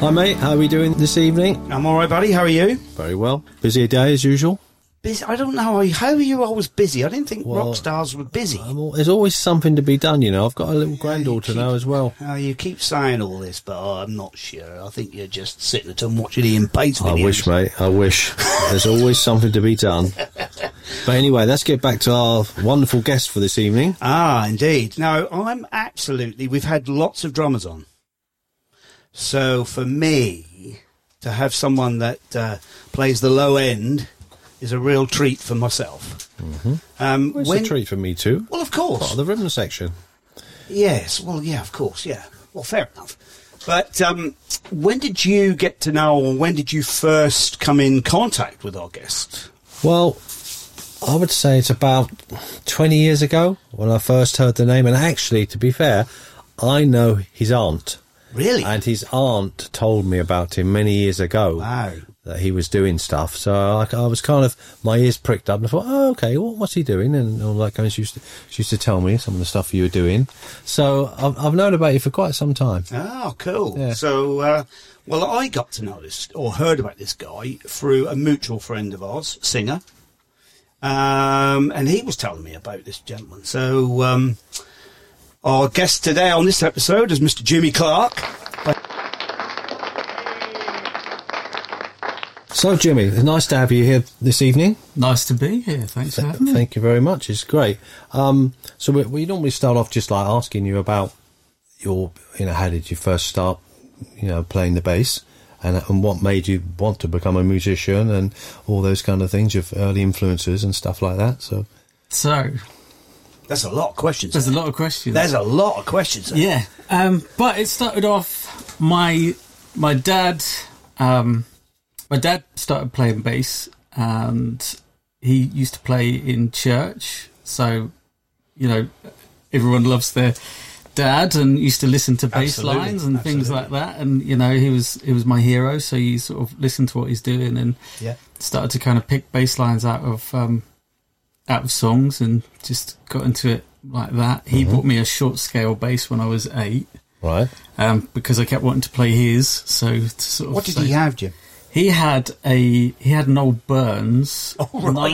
Hi, mate. How are we doing this evening? I'm all right, buddy. How are you? Very well. Busy day as usual. Busy. I don't know. How are you always busy? I didn't think Well, rock stars were busy. I'm all, there's always something to be done, Um, you know. I've got a little granddaughter keep- now as well. Oh, you keep saying all this, but oh, I'm not sure. I think you're just sitting at home watching Ian Bates I videos. wish, mate. I wish. There's always something to be done. But anyway, let's get back to our wonderful guest for this evening. Ah, indeed. No, I'm absolutely. We've had lots of drummers on. So for me, to have someone that uh, plays the low end is a real treat for myself. Mm-hmm. Um, It's when- a treat for me too. Well, of Part course. of the rhythm section. Yes. Well, yeah, of course. Yeah. Well, fair enough. But um, when did you get to know, or when did you first come in contact with our guests? Well, I would say it's about 20 years ago when I first heard the name. And actually, to be fair, I know his aunt. Really? And his aunt told me about him many years ago. wow. that he was doing stuff. So I, I was kind of my ears pricked up and I thought, oh, okay, what, what's he doing? And all that kind of. She used, to, she used to tell me some of the stuff you were doing. So I've, I've known about you for quite some time. Oh, cool. Yeah. So, uh, well, I got to know this or heard about this guy through a mutual friend of ours, singer, um, and he was telling me about this gentleman. So, um, our guest today on this episode is Mr. Jimmy Clark. So Jimmy, it's nice to have you here this evening. Nice to be here. Thanks for having me. Thank you very much. It's great. Um, so we, we normally start off just like asking you about your, you know, how did you first start, you know, playing the bass, and and what made you want to become a musician, and all those kind of things, your early influences and stuff like that. So so, That's a lot of questions. there's a lot of questions. There's a lot of questions. there. yeah, um, but it started off my my dad. Um, my dad started playing bass, and he used to play in church. So, you know, everyone loves their dad, and used to listen to bass Absolutely, lines and things like absolutely. that. And you know, he was he was my hero. So you sort of listen to what he's doing and Yeah. started to kind of pick bass lines out of um, out of songs and just got into it like that. Mm-hmm. He bought me a short scale bass when I was eight right. um, because I kept wanting to play his. So to sort of What did say- he have, Jim? He had a he had an old Burns Oh, right.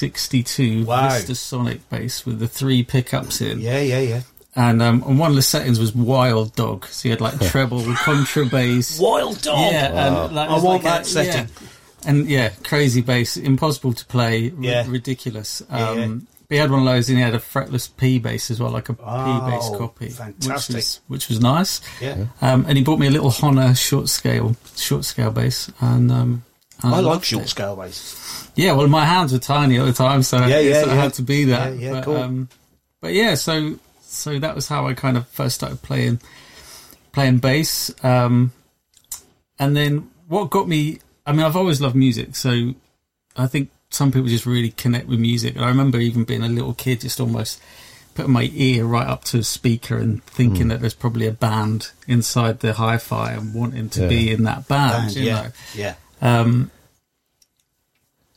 1962 Wow. Vista Sonic bass with the three pickups in, Yeah, yeah, yeah. and um, and one of the settings was Wild Dog. So he had like treble, contrabass, Wild dog. yeah, and that Oh, I was want like that setting. yeah. And yeah, crazy bass, impossible to play, r- Yeah. ridiculous. Um, Yeah, yeah. But he had one of those, and he had a fretless P bass as well, like a P bass Oh, copy, fantastic. which was which was nice. Yeah. Um, and he bought me a little Honor short scale short scale bass, and um, and I like loved short it. scale bass. Yeah, well, my hands were tiny at the time, so Yeah, it yeah, sort of yeah. had to be that. Yeah, yeah, but, cool. um, but yeah, so so that was how I kind of first started playing playing bass. Um, and then what got me? I mean, I've always loved music, so I think some people just really connect with music. And I remember even being a little kid, just almost putting my ear right up to a speaker and Hmm. thinking that there's probably a band inside the hi-fi and wanting to Yeah. be in that band, And you yeah, know. yeah. Um,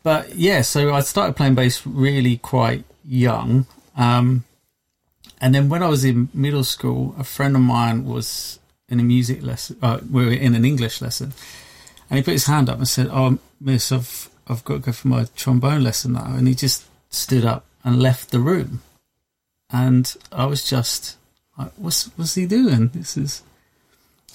but yeah, so I started playing bass really quite young. Um, and then when I was in middle school, a friend of mine was in a music lesson. Uh, we were in an English lesson, and he put his hand up and said, "Oh, miss, I've I've got to go for my trombone lesson now." And he just stood up and left the room, and I was just like, "What's what's he doing? This is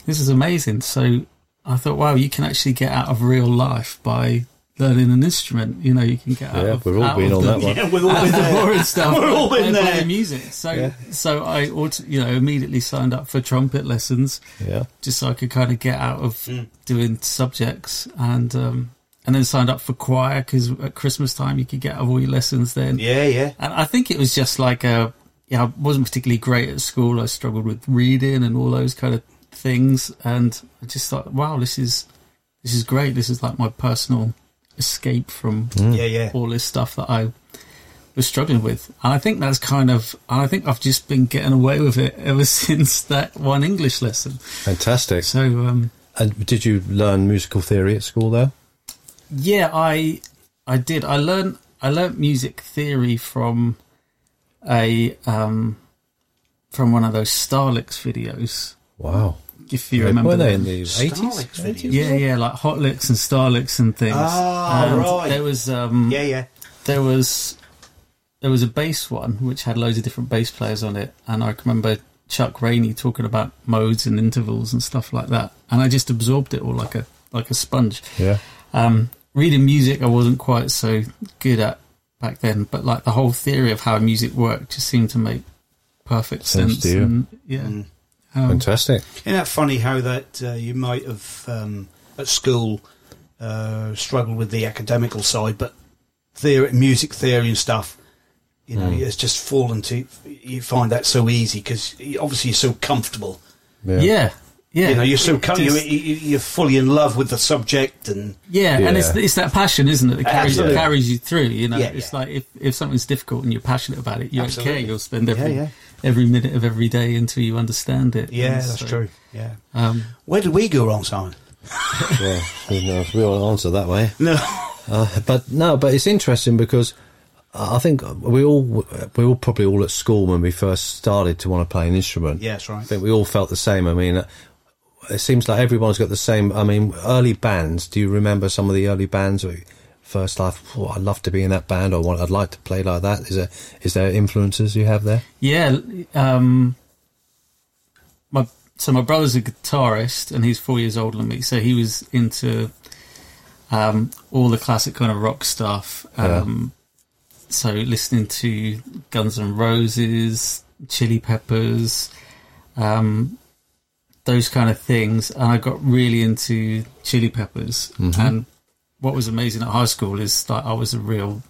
this is amazing." So I thought, "Wow, you can actually get out of real life by." Learning an instrument, you know, you can get out Yeah, of we've all out been of on the- that one. Yeah, with all with the the boring stuff. We're all in I play there. music. So, Yeah. so I, auto, you know, immediately signed up for trumpet lessons Yeah. just so I could kind of get out of Hmm. doing subjects, and um, and then signed up for choir because at Christmas time you could get out of all your lessons then. Yeah, yeah. And I think it was just like a, yeah, I wasn't particularly great at school. I struggled with reading and all those kind of things. And I just thought, wow, this is, this is great. This is like my personal escape from Yeah, yeah. all this stuff that I was struggling with. And I think that's kind of, and I think I've just been getting away with it ever since that one English lesson. Fantastic. So, um, And did you learn musical theory at school there? yeah, I, I did. I learned, I learned music theory from a, um, from one of those Starlix videos. Wow. if you remember Were they in them. the Starlix eighties? videos. Yeah, yeah, like Hotlicks and Starlicks and things. Ah, And right. There was um, Yeah, yeah. there was there was a bass one which had loads of different bass players on it, and I can remember Chuck Rainey talking about modes and intervals and stuff like that, and I just absorbed it all like a like a sponge. Yeah. Um, reading music, I wasn't quite so good at back then, but like the whole theory of how music worked just seemed to make perfect Sense sense. to you. And, yeah. Um, Fantastic. Isn't that funny how that uh, you might have um, at school uh, struggled with the academical side, but theory, music theory and stuff, you know, Hmm. it's just fallen to. You find that so easy because obviously you're so comfortable. Yeah. yeah. Yeah. You know, you're so It com- just- you, you, you're fully in love with the subject, and Yeah, and it's Yeah. it's that passion, isn't it, that carries Absolutely. carries you through. You know, Yeah, it's yeah. like if, if something's difficult and you're passionate about it, you don't Absolutely. care. You'll spend every yeah. every minute of every day until you understand it. yeah, And that's so, true. Yeah, Um, where did we go wrong, Simon? yeah. Who knows? We all answer that way. No, Uh, but no, but it's interesting because I I think we all we all probably all at school when we first started to want to play an instrument. yes, right. I think we all felt the same. I mean, uh, it seems like everyone's got the same. I mean, early bands. Do you remember some of the early bands? Where you first life, oh, I'd love to be in that band, or what I'd like to play like that. Is there is there influences you have there? yeah, um, my so my brother's a guitarist and he's four years older than me, so he was into um, all the classic kind of rock stuff. Um, So listening to Guns N' Roses, Chili Peppers, um, those kind of things, and I got really into Chili Peppers. Mm-hmm. And what was amazing at high school is that I was a real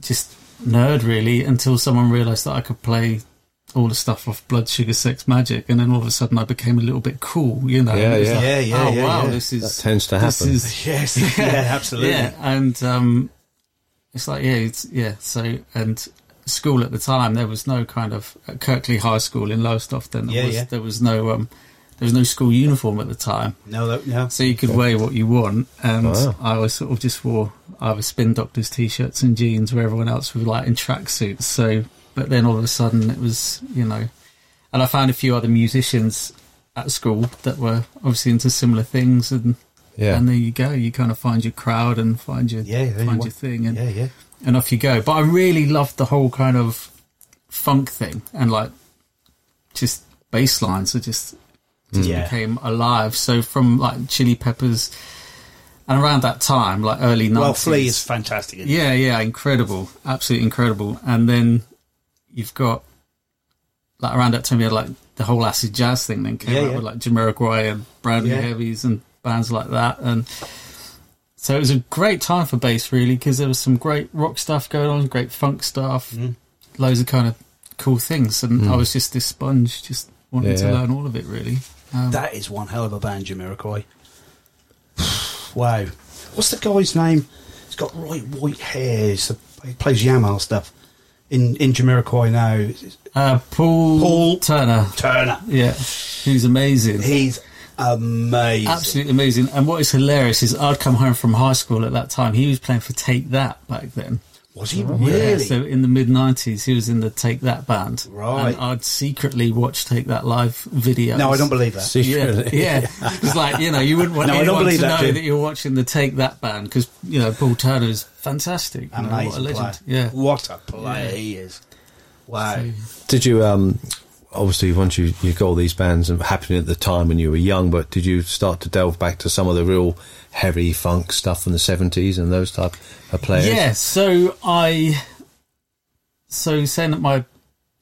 just nerd, really, until someone realised that I could play all the stuff off Blood Sugar Sex Magic, and then all of a sudden I became a little bit cool, you know. Yeah, It was yeah. like, Yeah, yeah, oh yeah, wow, yeah. this is That tends to this happen. is- Yes, yeah, absolutely. yeah, and um, it's like yeah, it's, yeah. So and school at the time there was no kind of at Kirkley High School in Lowestoft. Then there Yeah, was yeah. there was no um, there was no school uniform at the time, No, that, no. so you could wear what you want. And Oh, Wow. I was sort of just wore either spin doctors t-shirts and jeans, where everyone else was like in tracksuits. So, but then all of a sudden it was you know, and I found a few other musicians at school that were obviously into similar things and yeah. and there you go. You kind of find your crowd and find your Yeah, there you find are. your thing, and, Yeah, yeah. and off you go. But I really loved the whole kind of funk thing and like just bass lines. are just just Yeah. became alive. So from like Chili Peppers, and around that time, like early nineties. Well, Flea is fantastic. isn't he? Yeah, yeah, incredible, absolutely incredible. And then you've got like around that time you had like the whole acid jazz thing then came Yeah, out yeah. with like Jamiroquai and Bradley Yeah. Heavies and bands like that. And so it was a great time for bass really because there was some great rock stuff going on, great funk stuff, Mm. loads of kind of cool things. And I was just this sponge, just wanting Yeah, to yeah. learn all of it really. Um, That is one hell of a band, Jamiroquai. wow. What's the guy's name? He's got right white hair. He's the, he plays Yamal stuff in, in Jamiroquai now. It's uh, Paul, Paul- Turner, Turner. yeah, who's amazing. He's amazing. Absolutely amazing. And what is hilarious is I'd come home from high school at that time. He was playing for Take That back then. Was he really? Yeah, so in the mid 90s, he was in the Take That band. Right. And I'd secretly watch Take That live videos. no, I don't believe that. Yeah, Secretly. yeah. It's like you know, you wouldn't want No, I don't anyone believe to that, know Jim. that you're watching the Take That band because you know Paul Turner is fantastic. You know, Amazing what a legend. player. Yeah, What a player he is. Wow. Did you um obviously once you you got all these bands and happening at the time when you were young, but did you start to delve back to some of the real heavy funk stuff from the seventies and those type of players? Yeah, so I so saying that my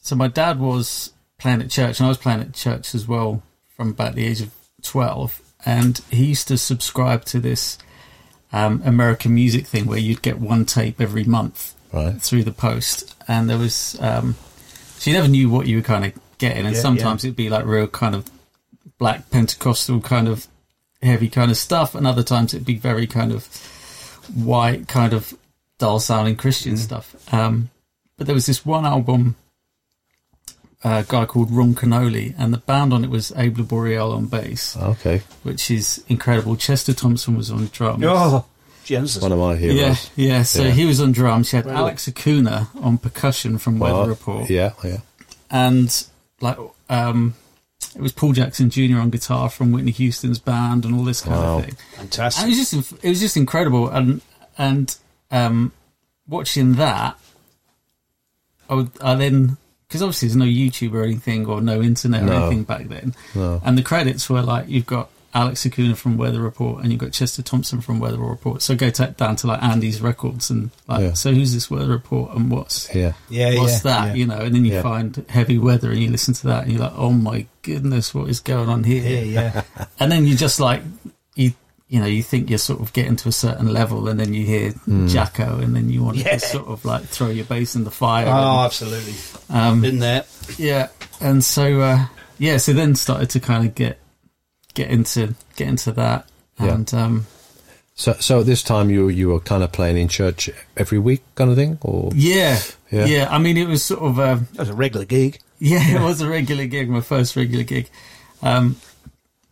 so my dad was playing at church and I was playing at church as well from about the age of twelve and he used to subscribe to this um, American music thing where you'd get one tape every month Right. through the post and there was um, so you never knew what you were kind of getting and Yeah, sometimes it'd be like real kind of black Pentecostal kind of heavy kind of stuff, and other times it'd be very kind of white, kind of dull sounding Mm. Christian stuff. Um, but there was this one album, uh, a guy called Ron Canoli, and the band on it was Abel Boreal on bass, Okay. which is incredible. Chester Thompson was on drums. Oh, Jesus. One of my heroes. yeah, yeah. So Yeah. he was on drums. You had Really? Alex Acuna Oh, on percussion from Well, Weather Report Yeah, yeah. and like um it was Paul Jackson Jr. on guitar from Whitney Houston's band and all this kind Wow. of thing. Fantastic. And it was just it was just incredible. And and um, watching that, I, would, I then because obviously there's no YouTube or anything or no internet or No. anything back then. No. And the credits were like you've got Alex Acuna from Weather Report and you've got Chester Thompson from Weather Report. So go ta down to like Andy's records and like Yeah. so who's this Weather Report and what's Yeah. yeah, what's that you know and then you Yeah. find heavy weather and you listen to that and you're like oh my goodness what is going on here Yeah, yeah. and then you just like you you know you think you're sort of getting to a certain level and then you hear Jacko and then you want Yeah. to sort of like throw your bass in the fire oh, absolutely. and, um, Been there. yeah and so uh, yeah so then started to kind of get get into get into that Yeah. and um, So, so at this time you you were kind of playing in church every week, kind of thing, or yeah, Yeah. yeah I mean it was sort of uh, That was a regular gig. yeah it was a regular gig my first regular gig um,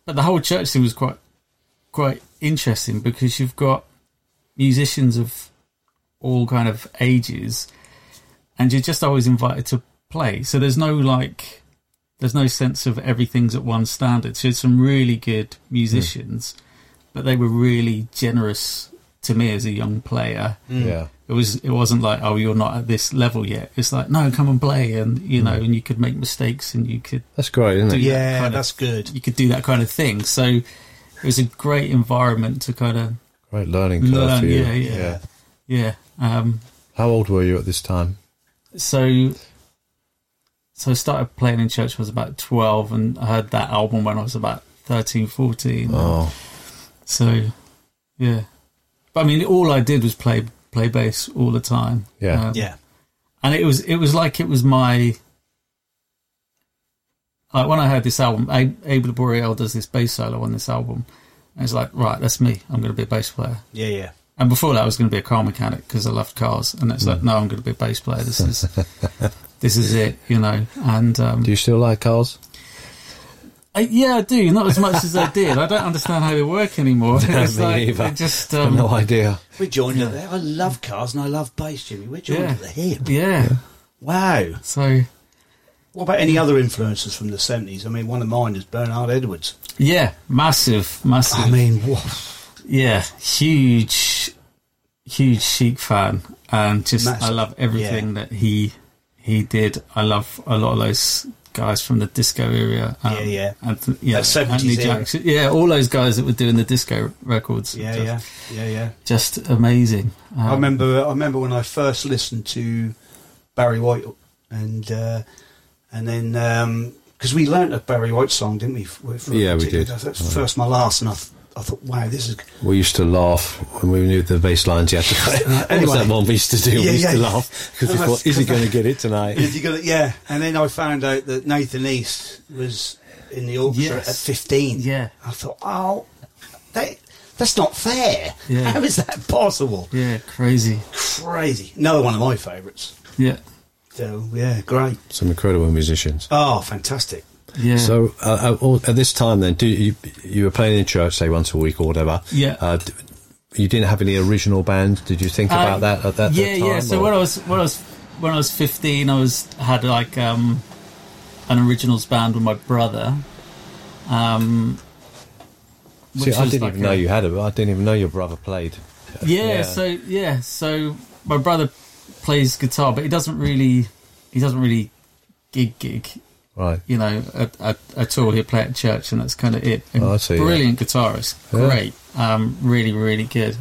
but the whole church thing was quite quite interesting because you've got musicians of all kind of ages and you're just always invited to play so there's no like there's no sense of everything's at one standard so it's some really good musicians but they were really generous to me as a young player yeah, it was it wasn't like oh you're not at this level yet it's like no come and play and you know and you could make mistakes and you could that's great, isn't it? Do- Yeah, Yeah, kind of. that's good. you could do that kind of thing so it was a great environment to kind of Great learning curve Learn, for you. yeah, yeah. yeah um How old were you at this time? so so I started playing in church when I was about 12 and I heard that album when I was about 13 14 Oh, so yeah but I mean all I did was play play bass all the time Yeah. Um, Yeah. and it was it was like it was my like when I heard this album, A- Abel Boreal does this bass solo on this album, and it's like right, that's me. I'm going to be a bass player. Yeah, yeah. And before that, I was going to be a car mechanic because I loved cars, and it's Mm. like no, I'm going to be a bass player. This is this is it, you know. And um, do you still like cars? I, yeah, I do not as much as I did. I don't understand how they work anymore. It's me like, neither. it just um, no idea. We joined her there. I love cars and I love bass, Jimmy. We're joined yeah, at the hip. yeah. Wow. So What about any other influences from the 70s? I mean, one of mine is Bernard Edwards. yeah, massive, massive. I mean, what? yeah, huge, huge Chic fan, and just Massive. I love everything Yeah. that he he did. I love a lot of those guys from the disco era. um, Yeah, yeah. Anth- yeah, That 70s Anthony era. Jackson, yeah, all those guys that were doing the disco records. Yeah, just, yeah, yeah, yeah. just amazing. Um, I remember, I remember when I first listened to Barry White, and uh, and then because we learnt a Barry White song, didn't we? f- for- Yeah, we did. That's first, my last, and I, th- I thought, wow, this is We used to laugh when we knew the bass lines. You had to. what Anyway. was that one we used to do? we Yeah, used to yeah. laugh because we That's- thought, "Is he going to get it tonight?" If you got it, yeah. And then I found out that Nathan East was in the orchestra Yes. at 15. Yeah. I thought, oh, that, that's not fair. Yeah. How is that possible? yeah, crazy. Crazy. Another one of my favourites. Yeah, So, yeah, great. Some incredible musicians. Oh, fantastic. yeah. So uh, uh, all- at this time, then, do you you were playing in church, say once a week or whatever? Yeah. Uh, d- you didn't have any original band. Did you think Uh, about that at that, that yeah, time? yeah. So or- when I was when I was when I was fifteen, I was had like um, an originals band with my brother. Um, which See, I was didn't like uh, even a- know you had it. I didn't even know your brother played. Yeah, Yeah. So yeah. So my brother plays guitar, but he doesn't really he doesn't really gig gig. Right. You know, at, at, at all. He'll play at church, and that's kind of it. And Oh, I see, yeah. brilliant guitarist, Yeah. great, um, really, really good,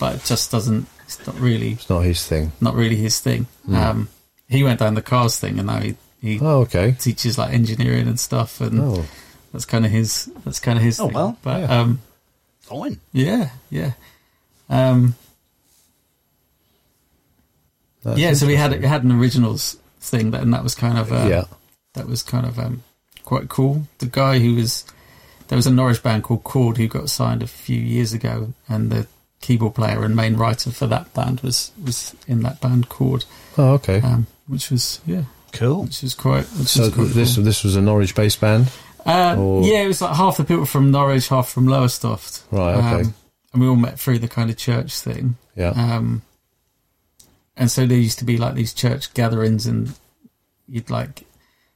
but it just doesn't. It's not really It's not his thing. not really his thing. Um, he went down the cars thing, and now he, he Hmm. Oh, okay. teaches like engineering and stuff, and Oh, that's kind of his that's kind of his. Oh, thing. well, but yeah. um, Fine. yeah, yeah, um, that's yeah. So we had interesting. had an originals thing, that, and that was kind of uh, yeah. that was kind of um, quite cool. The guy who was there was a Norwich band called Chord who got signed a few years ago, and the keyboard player and main writer for that band was was in that band Chord, Oh, okay. um, which was yeah, Cool. which is quite. Which so is quite this cool. this was a Norwich based band. Uh, or- yeah, it was like half the people from Norwich, half from Lowestoft. Um, Right, okay. and we all met through the kind of church thing. Yeah. Um, and so there used to be like these church gatherings, and you'd like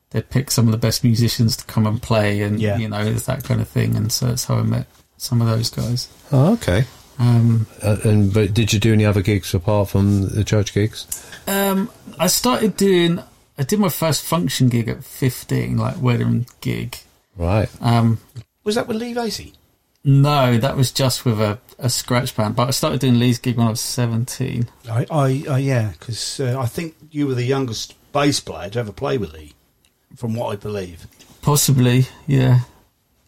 they pick some of the best musicians to come and play, and Yeah. you know it's that kind of thing. And so it's how I met some of those guys. Oh, okay. Um, Uh, and but did you do any other gigs apart from the church gigs? Um, I started doing. I did my first function gig at fifteen, like wedding gig. Right. Um, Was that with Lee Lacey? no, that was just with a, a scratch band. But I started doing Lee's gig when I was seventeen. I, I, I yeah, because uh, I think you were the youngest bass player to ever play with Lee, from what I believe. Possibly, yeah,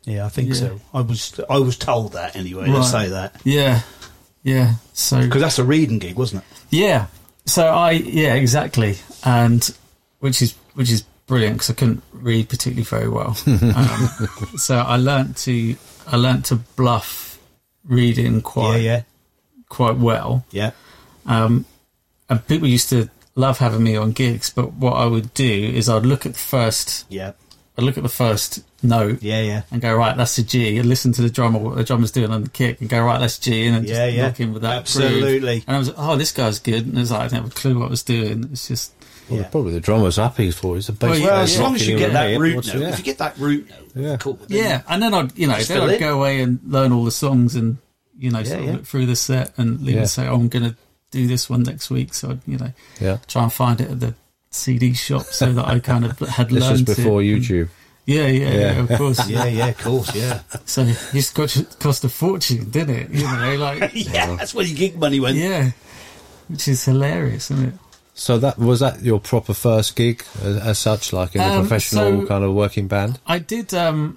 Yeah, I think Yeah. so. I was I was told that anyway. Let's Right. say that yeah, yeah. So because that's a reading gig, wasn't it? yeah, so I yeah exactly, and which is which is brilliant because I couldn't read particularly very well. um, so I learnt to I learnt to bluff reading quite yeah, quite well. yeah, um, and people used to love having me on gigs. But what I would do is I'd look at the first, yeah, I'd look at the first note yeah, yeah, and go right, that's a G, and listen to the drummer, what the drummer's doing on the kick, and go right, that's G, and then Yeah, just yeah. lock in with that. Absolutely. groove. And I was like, oh, this guy's good, and it's like I didn't have a clue what I was doing. It's just Well, Yeah. Probably the drummer's happy for it. It's a bass Well, yeah, Well, player as long as you rocking get that around. root What's- note, yeah. if you get that root note, Yeah. cool. then yeah. And then I'd you know Just then fill I'd in. go away and learn all the songs and you know sort of yeah. look through the set and leave Yeah. and say, oh, I'm gonna do this one next week. So I'd, you know. yeah. try and find it at the CD shop so that I kind of had This was learned. before it. YouTube. Yeah, yeah, yeah, Yeah. of course. Yeah, yeah, of course, yeah. So it used to cost, cost a fortune, didn't it? You know, like yeah, that's where your gig money went. yeah, which is hilarious, isn't it? So that was that your proper first gig as, as such, like in a Um, professional so- kind of working band? I did um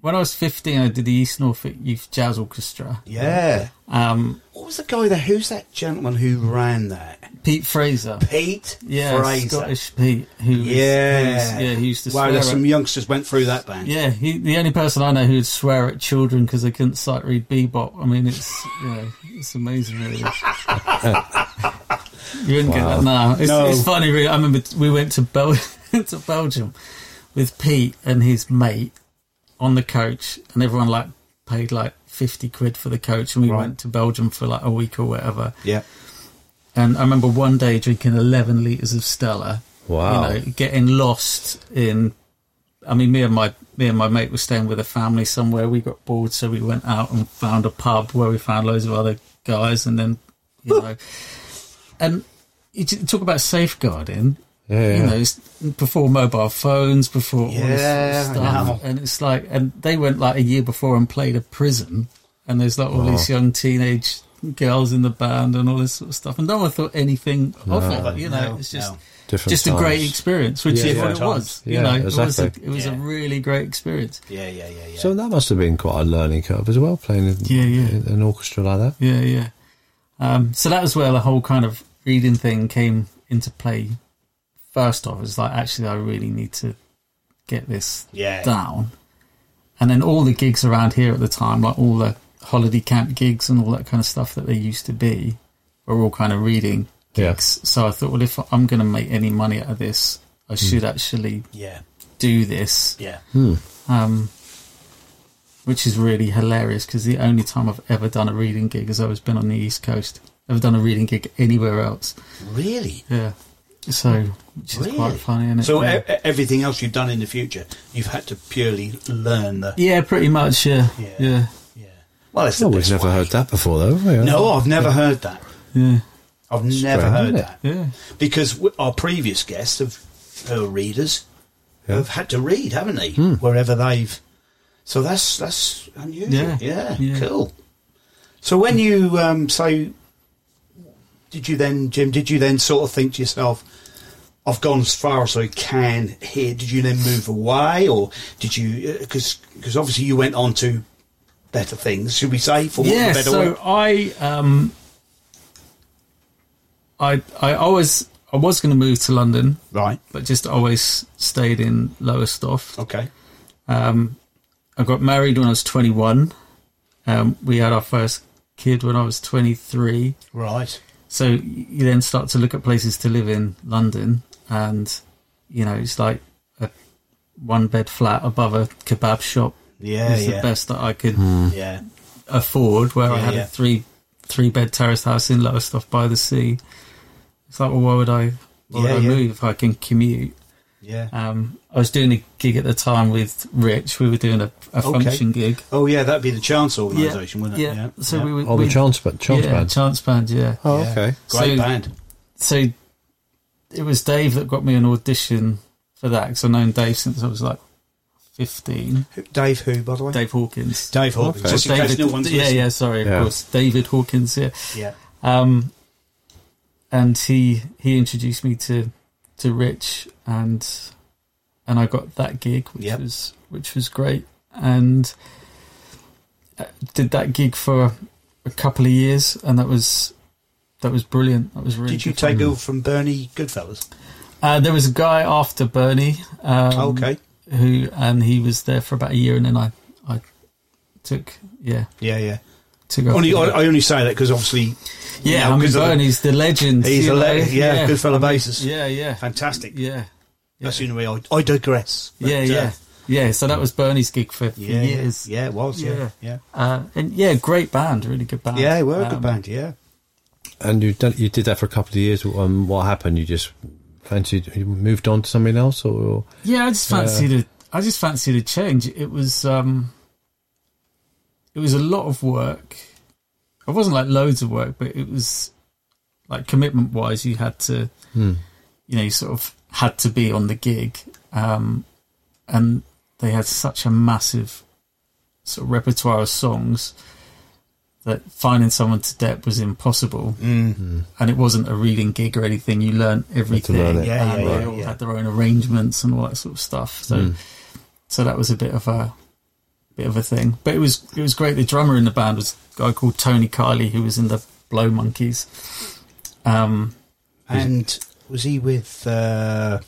when I was fifteen. I did the East Norfolk Youth Jazz Orchestra. Yeah. Um, What was the guy there? Who's that gentleman who ran that? Pete Fraser. Pete Yeah, Fraser. Scottish Pete. Who was- who was- Yeah. yeah, he used to Wow, swear. there's at- some youngsters went through that band. yeah, he, the only person I know who'd swear at children because they couldn't sight read bebop. I mean, it's yeah, it's amazing, really. you wouldn't get that now. It's, No. it's funny, really. I remember we went to Bel- to Belgium with Pete and his mate on the coach, and everyone like paid like fifty quid for the coach, and we Right. went to Belgium for like a week or whatever. Yeah. And I remember one day drinking 11 litres of Stella. Wow. You know, getting lost in. I mean, me and my me and my mate were staying with a family somewhere. We got bored, so we went out and found a pub where we found loads of other guys, and then you know, and you t- talk about safeguarding. Yeah, You yeah. know, it's before mobile phones, before all this Yeah, I sort of know. stuff, and it's like, and they went like a year before and played a prison, and there's like all these young teenage girls in the band and all this sort of stuff, and no one thought anything of it. You know, No, it's just no. Different just a great times. experience, which Yeah, is yeah. what it Different was. times. you Yeah, know, exactly. it was, a, it was Yeah. a really great experience. Yeah, yeah, yeah, yeah. So that must have been quite a learning curve as well, playing in, Yeah, yeah. in an orchestra like that. Yeah, yeah. Um, so that was where the whole kind of reading thing came into play. First off, it's like actually, I really need to get this yeah. down. And then all the gigs around here at the time, like all the holiday camp gigs and all that kind of stuff that they used to be, were all kind of reading Yeah. gigs. So I thought, well, if I'm going to make any money out of this, I Hmm. should actually Yeah. do this, Yeah. um, which is really hilarious because the only time I've ever done a reading gig has always been on the East Coast. Never done a reading gig anywhere else. Really? Yeah. So, which is Really? quite funny, isn't it? So yeah. e- e- everything else you've done in the future, you've had to purely learn the. yeah, pretty much. Yeah. Yeah. Yeah. Yeah. Well, it's the Oh, we've best never way. heard that before, though. have we? No, I've never heard that. Yeah. I've never heard isn't it? that. Yeah. Because w- our previous guests of her readers Yeah. have had to read, haven't they? Hmm. Wherever they've. So that's that's unusual. Yeah. Yeah. Yeah. Cool. So when you um, say, did you then, Jim? Did you then sort of think to yourself? I've gone as far as I can here. Did you then move away, or did you? Because because obviously you went on to better things. Should we say for want of yeah, a better so word? I um, I I always I was going to move to London, right? but just always stayed in Lowestoft. Okay. Um, I got married when I was 21. Um, we had our first kid when I was 23. Right. So you then start to look at places to live in London, and you know it's like a one bed flat above a kebab shop Yeah. is Yeah. the best that I could Yeah. afford where I Yeah, had yeah. a three three bed terraced house in Lowestoft by the sea. It's like, well, why would I? Yeah, Why would I yeah. move if I can commute? Yeah. Um, I was doing a gig at the time with Rich. We were doing a, a Okay. function gig. Oh yeah, that'd be the Chance organisation, wouldn't it? yeah. So we were. Oh, we, the chance, but chance yeah, band. Chance Band, yeah. oh, Yeah. okay. Great So- band. So it was Dave that got me an audition for that because I've known Dave since I was like 15. Who- Dave who, by the way? Dave Hawkins. Dave Hawkins. Okay. Just in case no one's yeah, listening. yeah, sorry, of Yeah. course. David Hawkins, yeah. Yeah. Um, and he he introduced me to to Rich and and I got that gig, which Yep. was which was great, and uh, did that gig for a couple of years, and that was that was brilliant. That was really. Did you good fun. take over from Bernie Goodfellas? Uh, there was a guy after Bernie. Um, okay. Who and he was there for about a year, and then I I took yeah Yeah, yeah. took off. Only, I, I only say that because obviously yeah, know, I mean 'cause of the- Bernie's the legend. he's you a know? le- yeah, Goodfella bassist. Yeah, yeah, Fantastic. yeah. That's the only way I, I digress. But, yeah, uh, yeah, yeah. So that was Bernie's gig for, for yeah, years. yeah, it was, yeah, Yeah. yeah, Uh, and yeah, great band, really good band. yeah. They were a good Um, band, yeah. And you done, you did that for a couple of years. Um, what happened? You just fancied you moved on to something else, or Yeah, I just fancied a, I just fancied a change. It was um, it was a lot of work. It wasn't like loads of work, but it was like commitment wise, you had to, Hmm. you know, you sort of had to be on the gig, um, and they had such a massive sort of repertoire of songs that finding someone to depth was impossible. And it wasn't a reading gig or anything. You learn everything. learn it. Yeah, and yeah, they yeah, all yeah. had their own arrangements and all that sort of stuff. So, Hmm. so that was a bit of a bit of a thing. But it was it was great. The drummer in the band was a guy called Tony Kiley, who was in the Blow Monkeys. Um, And was he with uh,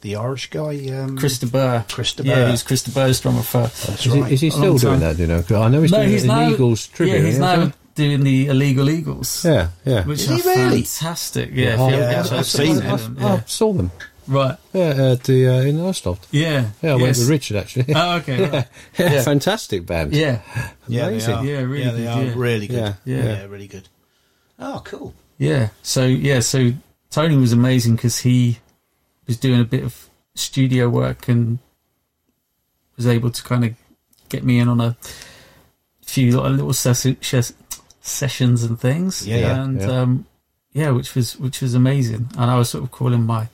the Irish guy? Um, Chris de Burr. Chris de Yeah, Burr. he was Chris de Burr's drummer for. That's is, right. he, is he A still long doing time. that? do You know, 'Cause I know he's doing an now- Eagles tribute. Yeah, he's isn't he? now doing the Illegal Eagles. Yeah, yeah. Which Is are he really? fantastic. Yeah, if Oh, you ever yeah, get a I've chance to seen see it. I, them, I yeah. saw them. Right. Yeah, at the uh, in Lostoft. Yeah. Yeah, I went yes. with Richard actually. Oh, okay. right. yeah, yeah. fantastic band. Yeah. yeah, they amazing. are. Yeah, really yeah, they good, are yeah. really good. Yeah, yeah. really good. Oh, cool. Yeah. So yeah. So Tony was amazing because he was doing a bit of studio work and was able to kind of get me in on a few like, little ses- ses- sessions and things. Yeah, yeah, And yeah. Um, yeah, which was which was amazing. And I was sort of calling my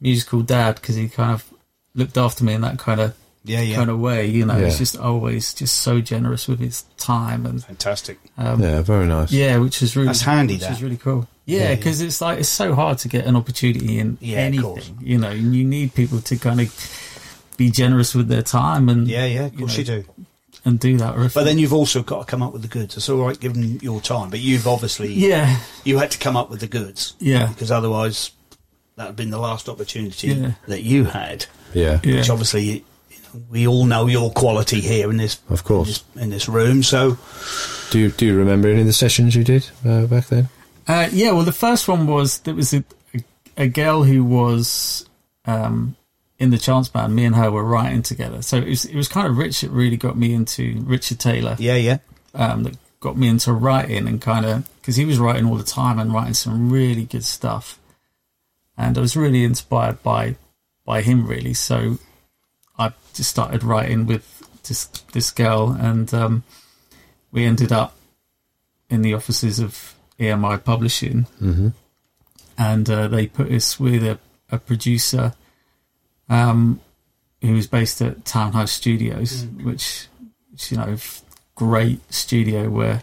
musical dad because he kind of looked after me in that kind of Yeah, yeah, kind of way. You know, Yeah. he's just always just so generous with his time and fantastic. um, yeah, very nice. yeah, which is really That's handy, Which that. is really cool. Yeah, Yeah. because it's like it's so hard to get an opportunity in Yeah, of course. anything. You know, and you need people to kind of be generous with their time and Yeah, yeah, of you course know, you, do. and do that. Or if, But then you've also got to come up with the goods. It's all right giving them your time, but you've obviously yeah, you had to come up with the goods yeah, because otherwise that had been the last opportunity Yeah. that you had. yeah. yeah, Which obviously you know, we all know your quality here in this, Of course. in this, in this room. So Do you, do you remember any of the sessions you did uh, back then? uh, yeah. Well, the first one was there was a, a, a girl who was um, in the chance band. Me and her were writing together, so it was it was kind of Rich that really got me into Richard Taylor. yeah, yeah, um, that got me into writing and kind of because he was writing all the time and writing some really good stuff, and I was really inspired by by him really. So I just started writing with just this girl, and um, we ended up in the offices of EMI Publishing, Mm-hmm. and uh, they put us with a, a producer. Um, who was based at Townhouse Studios, which, which you know, f- great studio where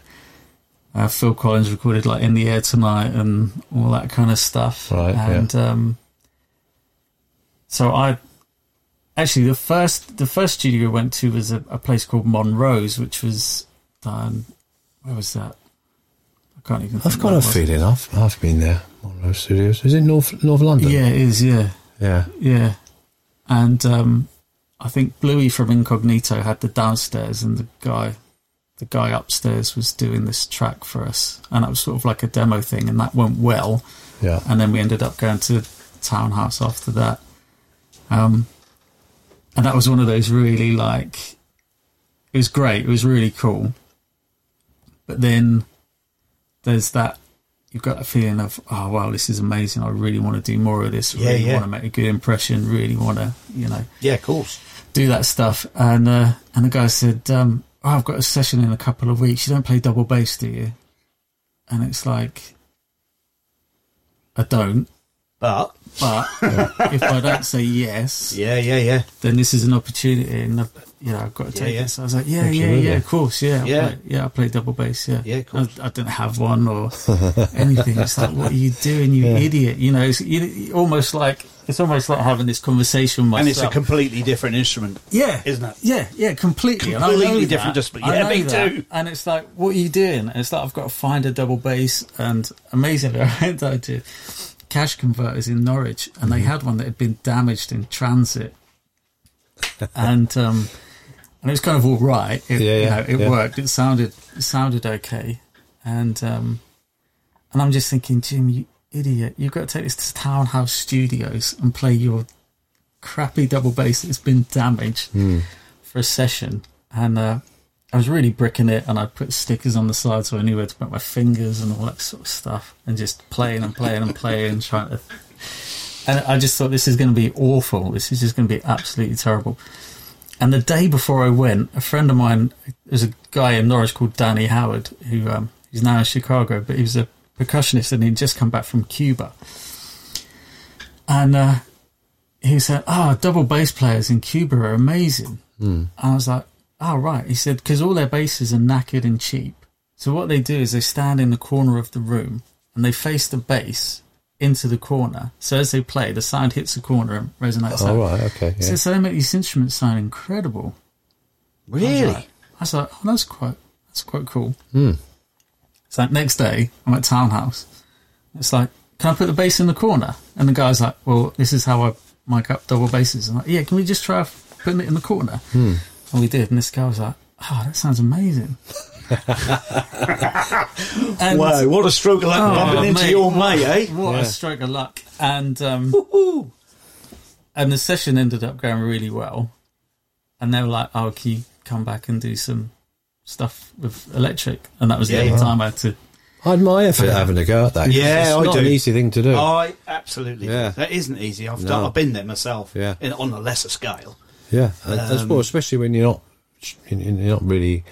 uh, Phil Collins recorded like "In the Air Tonight" and all that kind of stuff. Right, yeah. And um, so I actually the first the first studio I went to was a, a place called Monroe's, which was um, where was that? I can't even. I've think got where a it was. feeling I've I've been there. Monroe Studios. Is it North North London? Yeah, it is. Yeah. yeah. Yeah, and um, I think Bluey from Incognito had the downstairs, and the guy, the guy upstairs was doing this track for us, and that was sort of like a demo thing, and that went well, yeah. and then we ended up going to Townhouse after that, um, and that was one of those really like, it was great, it was really cool, but then there's that. you've got a feeling of, oh, wow, this is amazing. I really want to do more of this. Yeah, really yeah. want to make a good impression. Really want to, you know, Yeah, of course. do that stuff. And uh, and the guy said, um, oh, I've got a session in a couple of weeks. You don't play double bass, do you? And it's like, I don't. But But if I don't say yes, yeah, yeah, yeah, then this is an opportunity, and I've, you know I've got to Yeah, take yeah. it. So I was like, yeah, Absolutely. yeah, yeah, of course, yeah, I Yeah. play, yeah. I play double bass, yeah, Yeah, of I, course. I didn't have one or anything. It's like, what are you doing, you idiot? You know, it's you, almost like it's almost like having this conversation myself. and it's a completely different instrument. yeah, isn't it? Yeah, yeah, completely. And I Completely know that. different just- but I yeah, know me that. too. And it's like, what are you doing? And it's like I've got to find a double bass, and amazingly, I went down to cash converters in Norwich, and Mm-hmm. they had one that had been damaged in transit, and um, and it was kind of all right. It, Yeah, you yeah, know, it yeah. worked. It sounded it sounded okay, and um, and I'm just thinking, Jim, you idiot, you've got to take this to Townhouse Studios and play your crappy double bass that's been damaged Hmm. for a session. And uh, I was really bricking it, and I put stickers on the side so I knew where to put my fingers and all that sort of stuff, and just playing and playing and playing, trying to. And I just thought this is going to be awful. This is just going to be absolutely terrible. And the day before I went, a friend of mine, there's a guy in Norwich called Danny Howard, who um, he's now in Chicago, but he was a percussionist and he'd just come back from Cuba. And uh, he said, "Oh, double bass players in Cuba are amazing." Mm. And I was like, "Oh, right." He said, "Because all their basses are knackered and cheap. So what they do is they stand in the corner of the room and they face the bass into the corner. So as they play, the sound hits the corner and resonates. All out. Oh, right. Okay. So, Yeah. so they make these instruments sound incredible. Really? I was like, oh, that's quite that's quite cool. It's like next day, I'm at Townhouse. It's like, can I put the bass in the corner? And the guy's like, well, this is how I mic up double basses. I'm like, yeah, can we just try putting it in the corner? And we did. And this guy was like, oh, that sounds amazing. and Wow, what a stroke of luck Oh, bumping into mate. your mate, eh? what a stroke of luck. And um, Woo-hoo. and the session ended up going really well. And they were like, "Oh, can you come back and do some stuff with electric?" And that was Yeah, the only yeah. time I had to. I admire for having a go at that. 'cause Yeah, it's I not do. an easy thing to do. Oh, I absolutely. Yeah. That isn't easy. I've No. done, I've been there myself. Yeah. In, on a lesser scale. Yeah, and as um, well, especially when you're not you're not really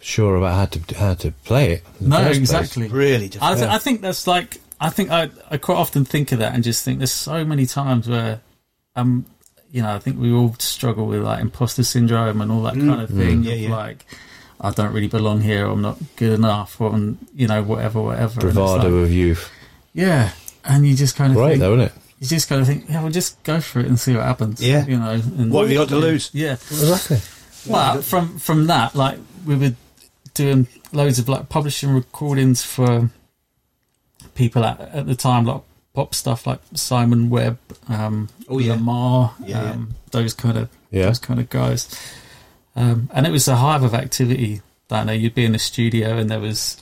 sure about how to how to play it. in the No, first place. exactly. Really difficult. I, th- I think that's like I think I, I quite often think of that and just think there's so many times where um you know I think we all struggle with like imposter syndrome and all that kind of Mm. thing Mm. Yeah, of yeah. like I don't really belong here I'm not good enough or um, you know whatever whatever And it's Bravado like- of youth. yeah and you just kind of Great think, though, isn't it? you just kind of think yeah well just go for it and see what happens Yeah. you know and, What have you got to lose? yeah Exactly. well, from from that, like we were doing loads of like publishing recordings for people at, at the time, like pop stuff like Simon Webb, um, Oh, yeah. Lamar, Yeah, um, those kind of Yeah. those kind of guys. Um, and it was a hive of activity. I know you'd be in a studio, and there was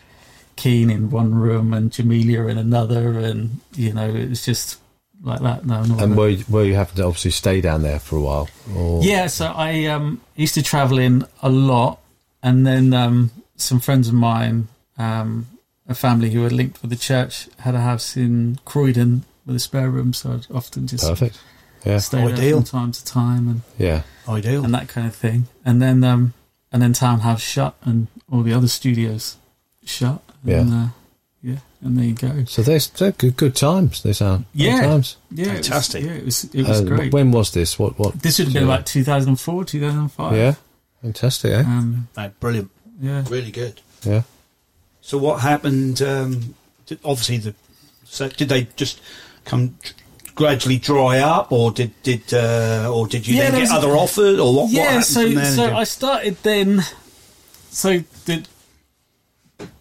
Keen in one room and Jamelia in another, and you know it was just like that. No, not And that. where you, where you have to obviously stay down there for a while. Or, Yeah, so I um, used to travel in a lot, and then um, some friends of mine, um, a family who were linked with the church, had a house in Croydon with a spare room, so I'd often just Perfect. Yeah. stay there Ideal. from time to time and, Yeah. Ideal. and that kind of thing. And then um, and then Townhouse shut, and all the other studios shut. And, Yeah. uh, yeah, and there you go. So there's they're good good times. They sound. Good Yeah. times. Yeah, it was- Fantastic. yeah, it was it was Uh, great. When was this? What what? this would have been Yeah. like 2004, 2005. Yeah. Fantastic. Eh? Um, No, brilliant. yeah. Really good. yeah. So what happened? Um, did, obviously, the so did they just come tr- gradually dry up, or did did uh, or did you Yeah, then there get was- other offers, or what? what yeah happened so from there so then? i started then so the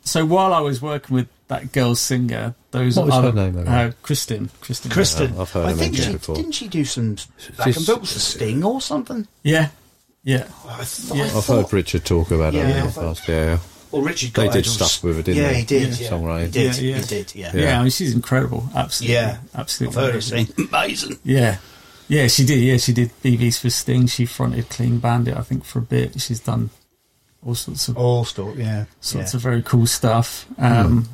so while i was working with that girl singer those What was other her name, though? uh, kristen kristen Kristen, I've heard I her think mentioned she before. didn't she do some back She's- and vocals for Sting or something. yeah yeah I th- I Yeah. I've thought- heard Richard talk about it Yeah. in the past. Yeah. yeah. Well, Richard They got did Idol's- stuff with her, didn't yeah, they? he did. Yeah. Yeah, Songwriting. He did. Yeah, yeah. He did. Yeah. yeah, I mean, she's incredible absolutely Yeah. I've absolutely heard her amazing. sing. Amazing. yeah yeah she did yeah she did bb's for sting she fronted clean bandit i think for a bit she's done all sorts of All sort. Oh, Yeah. Hmm. sorts of very cool stuff. Um,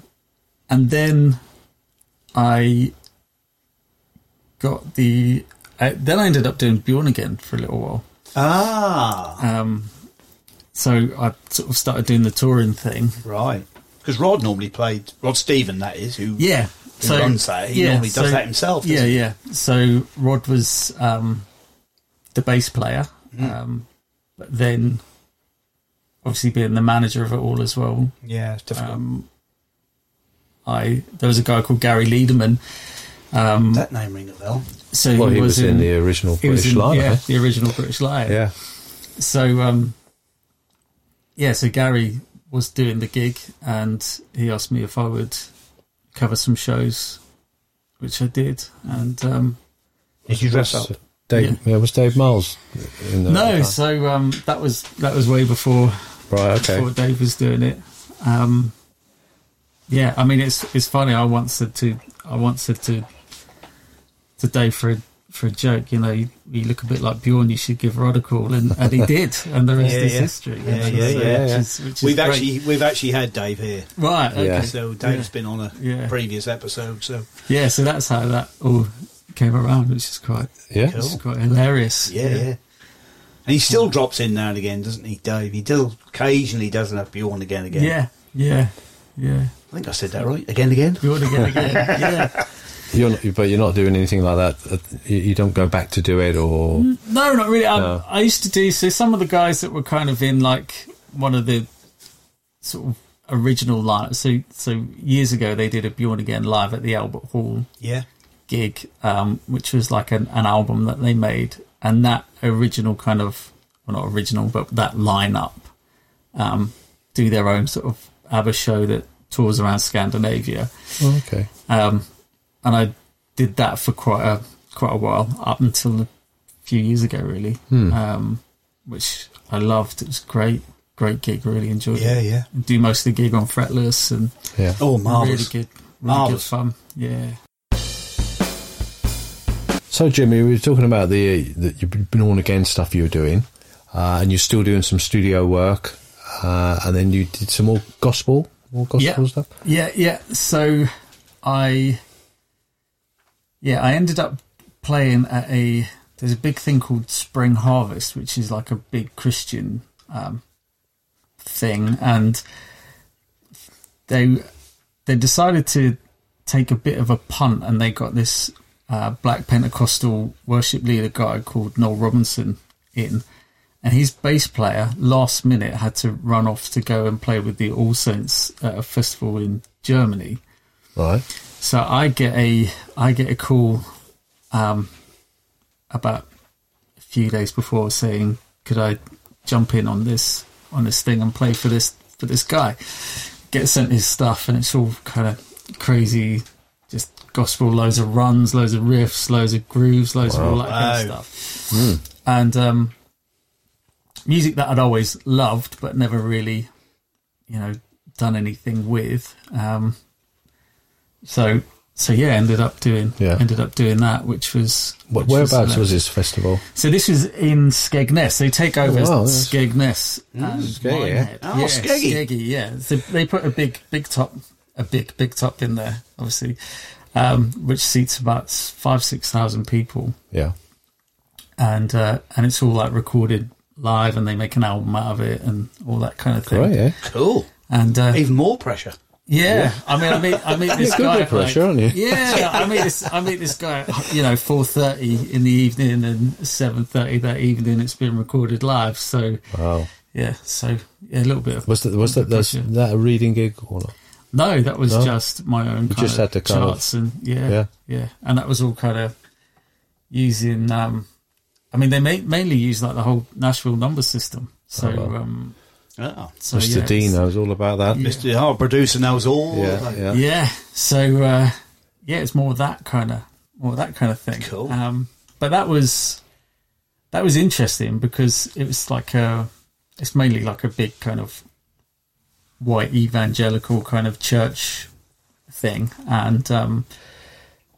And then I got the. I, then I ended up doing Bjorn again for a little while. Ah, Um, so I sort of started doing the touring thing. right. Because Rod normally played Rod Stephen, that is who. Yeah. Who runs that? eh? He normally does that himself, Yeah, doesn't yeah. So Rod was um, the bass player, Mm-hmm. um, but then obviously being the manager of it all as well. um, Yeah, it's difficult. I there was a guy called Gary Liederman. Um, that name ring a bell. so Well, he was in the original he was British in, Live. yeah, eh? the original British Live. yeah. so um yeah so gary was doing the gig and he asked me if i would cover some shows which i did and um Did you dress up? uh, Dave, yeah. was Dave Miles in there? at no the time? so um that was that was way before Right, before okay. dave was doing it um yeah i mean it's it's funny i once said to i once said to to dave for a for a joke, you know, you, you look a bit like Bjorn. You should give Rod a call, and, and he did, and the rest Yeah, is yeah. history. you Yeah, know, yeah, yeah, Which yeah. is, which is We've great. actually we've actually had Dave here, right. Okay. Yeah. so Dave's been on a Yeah. previous episode. So Yeah, so that's how that all came around, which is quite Yeah. Cool. which is quite hilarious. yeah, yeah. And he still drops in now and again, doesn't he, Dave? He still occasionally does an up yawn again and again. yeah, yeah, yeah. I think I said that right. Again, again. Bjorn again, again. yeah. You're not, but you're not doing anything like that. Uh, You, you don't go back to do it, or No, not really. I, No. I used to do so. Some of the guys that were kind of in like one of the sort of original lineup. So so years ago, they did a Bjorn again live at the Albert Hall Yeah. gig, um, which was like an, an album that they made, and that original kind of well, not original, but that lineup um, do their own sort of ABBA show that tours around Scandinavia, Oh, okay, um, and I did that for quite a quite a while up until a few years ago, really, um, which I loved. It was great, great gig. Really enjoyed Yeah, it. yeah. Do most of the gig on fretless and yeah. Oh, marvelous. really good, really good Marvellous. fun. Yeah. So, Jimmy, we were talking about the that you've been on again stuff you were doing, uh, and you're still doing some studio work, uh, and then you did some more gospel, more gospel Yeah. stuff. Yeah, yeah. So I yeah, I ended up playing at a there's a big thing called Spring Harvest, which is like a big Christian um, thing, and they they decided to take a bit of a punt, and they got this uh, black Pentecostal worship leader guy called Noel Robinson in, and his bass player last minute had to run off to go and play with the All Saints at a festival in Germany. Right. So I get a I get a call um, about a few days before saying, "Could I jump in on this on this thing and play for this for this guy?" Get sent his stuff, and it's all kind of crazy, just gospel, loads of runs, loads of riffs, loads of grooves, loads of all that kind Wow. of stuff, and um, music that I'd always loved but never really, you know, done anything with. Um, so so yeah, ended up doing Yeah. ended up doing that, which was What, which was whereabouts was hilarious. this festival? So this was in Skegness. They take over Oh, wow, that's- Skegness and Skeggy, Minehead. yeah. Oh, yeah, Skeggy. Skeggy, yeah. So they put a big big top a big big top in there, obviously, um, which seats about five six thousand people Yeah. and uh, and it's all like recorded live and they make an album out of it and all that kind of thing. Right. Yeah. Cool. And uh, Even more pressure. yeah, I mean, I meet, I meet this good guy. bit of pressure, like- aren't you? Yeah, I meet this, I meet this guy. at, You know, four thirty in the evening and seven thirty that evening. It's been recorded live, so Wow. yeah, so yeah, a little bit of Was that was that that's, Pressure. that a reading gig or not? no. That was No? just my own. Kind just of had to kind of- charts and yeah, Yeah. yeah, and that was all kind of using. um I mean, they ma- mainly use like the whole Nashville number system. So, Oh, wow. um, Oh. so Mr. yeah, it's- Dean knows all about that. Yeah. Mr. Our producer knows all Yeah. about it. Yeah. yeah so uh yeah it's more of that kind of more of that kind of thing Cool. um but that was that was interesting because it was like a it's mainly like a big kind of white evangelical kind of church thing and um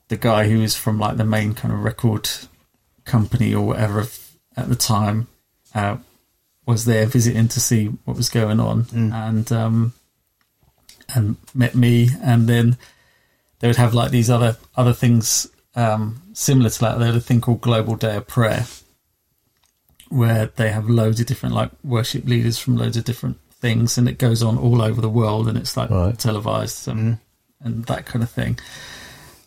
the guy who was from like the main kind of record company or whatever of- at the time uh was there visiting to see what was going on and um and met me and then they would have like these other other things um, similar to that. They had a thing called Global Day of Prayer, where they have loads of different like worship leaders from loads of different things, and it goes on all over the world, and it's like Right. televised and and that kind of thing.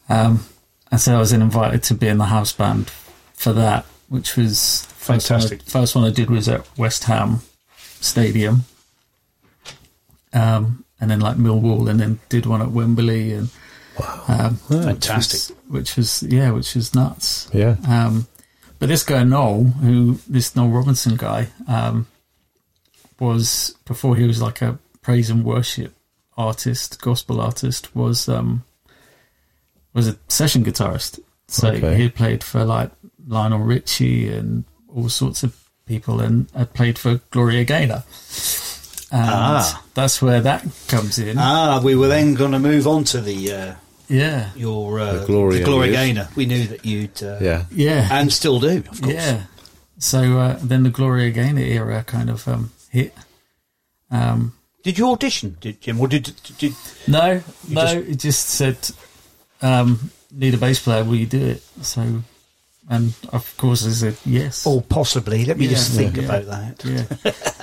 Um, and so I was then invited to be in the house band for that, which was first one I- Fantastic. first one I did was at West Ham Stadium, um, and then like Millwall, and then did one at Wembley, and um, Fantastic. which was yeah, which was nuts. Yeah. Um, but this guy Noel, who this Noel Robinson guy, um, was before he was like a praise and worship artist, gospel artist, was um, was a session guitarist. So Okay. he played for like Lionel Richie and all sorts of people, and had played for Gloria Gaynor. And Ah. that's where that comes in. Ah, we were then going to move on to the uh, Yeah, your uh, The Gloria the Gloria years. Gaynor. We knew that you'd uh, Yeah. yeah. and still do, of course. Yeah. So uh, then the Gloria Gaynor era kind of um, hit. Um, Did you audition, did Jim, or did, did, did no, You no, just- it just said, um, need a bass player, will you do it? So, and of course I said yes. or Oh, possibly? Let me Yeah. just think Yeah. about that. Yeah.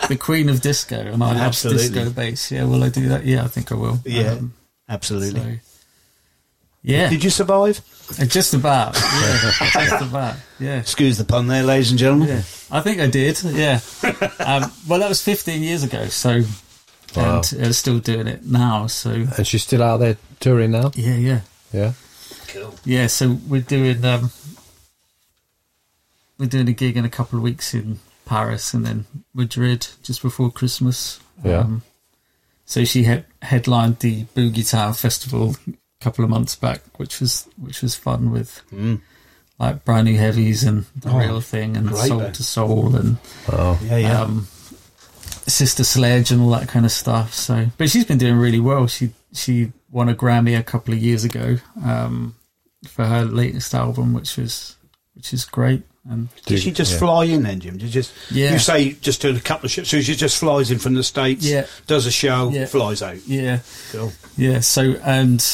the queen of disco, and I love Absolutely. disco bass. Yeah, will I do that? Yeah, I think I will. Yeah, Um, absolutely. so, yeah, Did you survive? just about. Yeah, just about. Yeah. Excuse the pun there, ladies and gentlemen. Yeah, I think I did. Yeah. Um, well, that was 15 years ago, so Wow. and uh, still doing it now. So And she's still out there touring now. yeah, yeah, Yeah. Cool. yeah. So we're doing um, we're doing a gig in a couple of weeks in Paris and then Madrid just before Christmas. Um, Yeah. so she head headlined the Boogie Town Festival a couple of months back, which was which was fun with like brand new heavies and the Oh, real thing and great soul band. to soul and Oh. Yeah, yeah. um, Sister Sledge and all that kind of stuff. So, but she's been doing really well. She she won a Grammy a couple of years ago um, for her latest album, which was which is great. And Did she just yeah. fly in then, Jim? Did you just Yeah. you say just doing a couple of shows? So she just flies in from the states, Yeah. does a show, Yeah. flies out. yeah, Cool. yeah. So and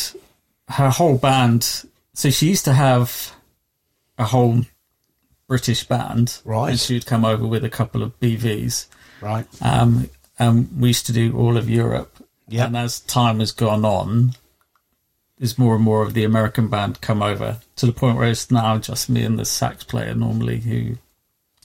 her whole band. So she used to have a whole British band, Right. And she'd come over with a couple of BVs. Right. Um, and we used to do all of Europe. Yeah. And as time has gone on, there's more and more of the American band come over to the point where it's now just me and the sax player normally who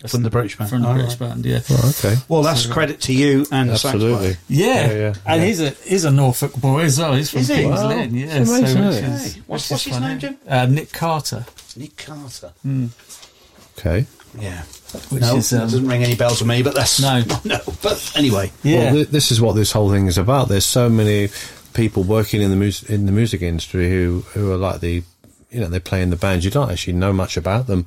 From the British band. from the All British right. band, yeah. Oh, okay. Well, that's credit to you and Absolutely. Yeah. Yeah, yeah, and yeah. he's a he's a Norfolk boy as well. He's from Is he? Kings Wow. Lynn. Yeah, It's amazing, which isn't it? is- Hey, what's- which what's is his funny. name, Jim? Uh, Nick Carter. the saxophone. Nick Carter. Okay. Yeah. Hmm. Which no, is, that um, doesn't ring any bells to me, but that's No. no. But anyway, Well, th- this is what this whole thing is about. There's so many people working in the music in the music industry who who are like the, you know, they play in the bands. You don't actually know much about them.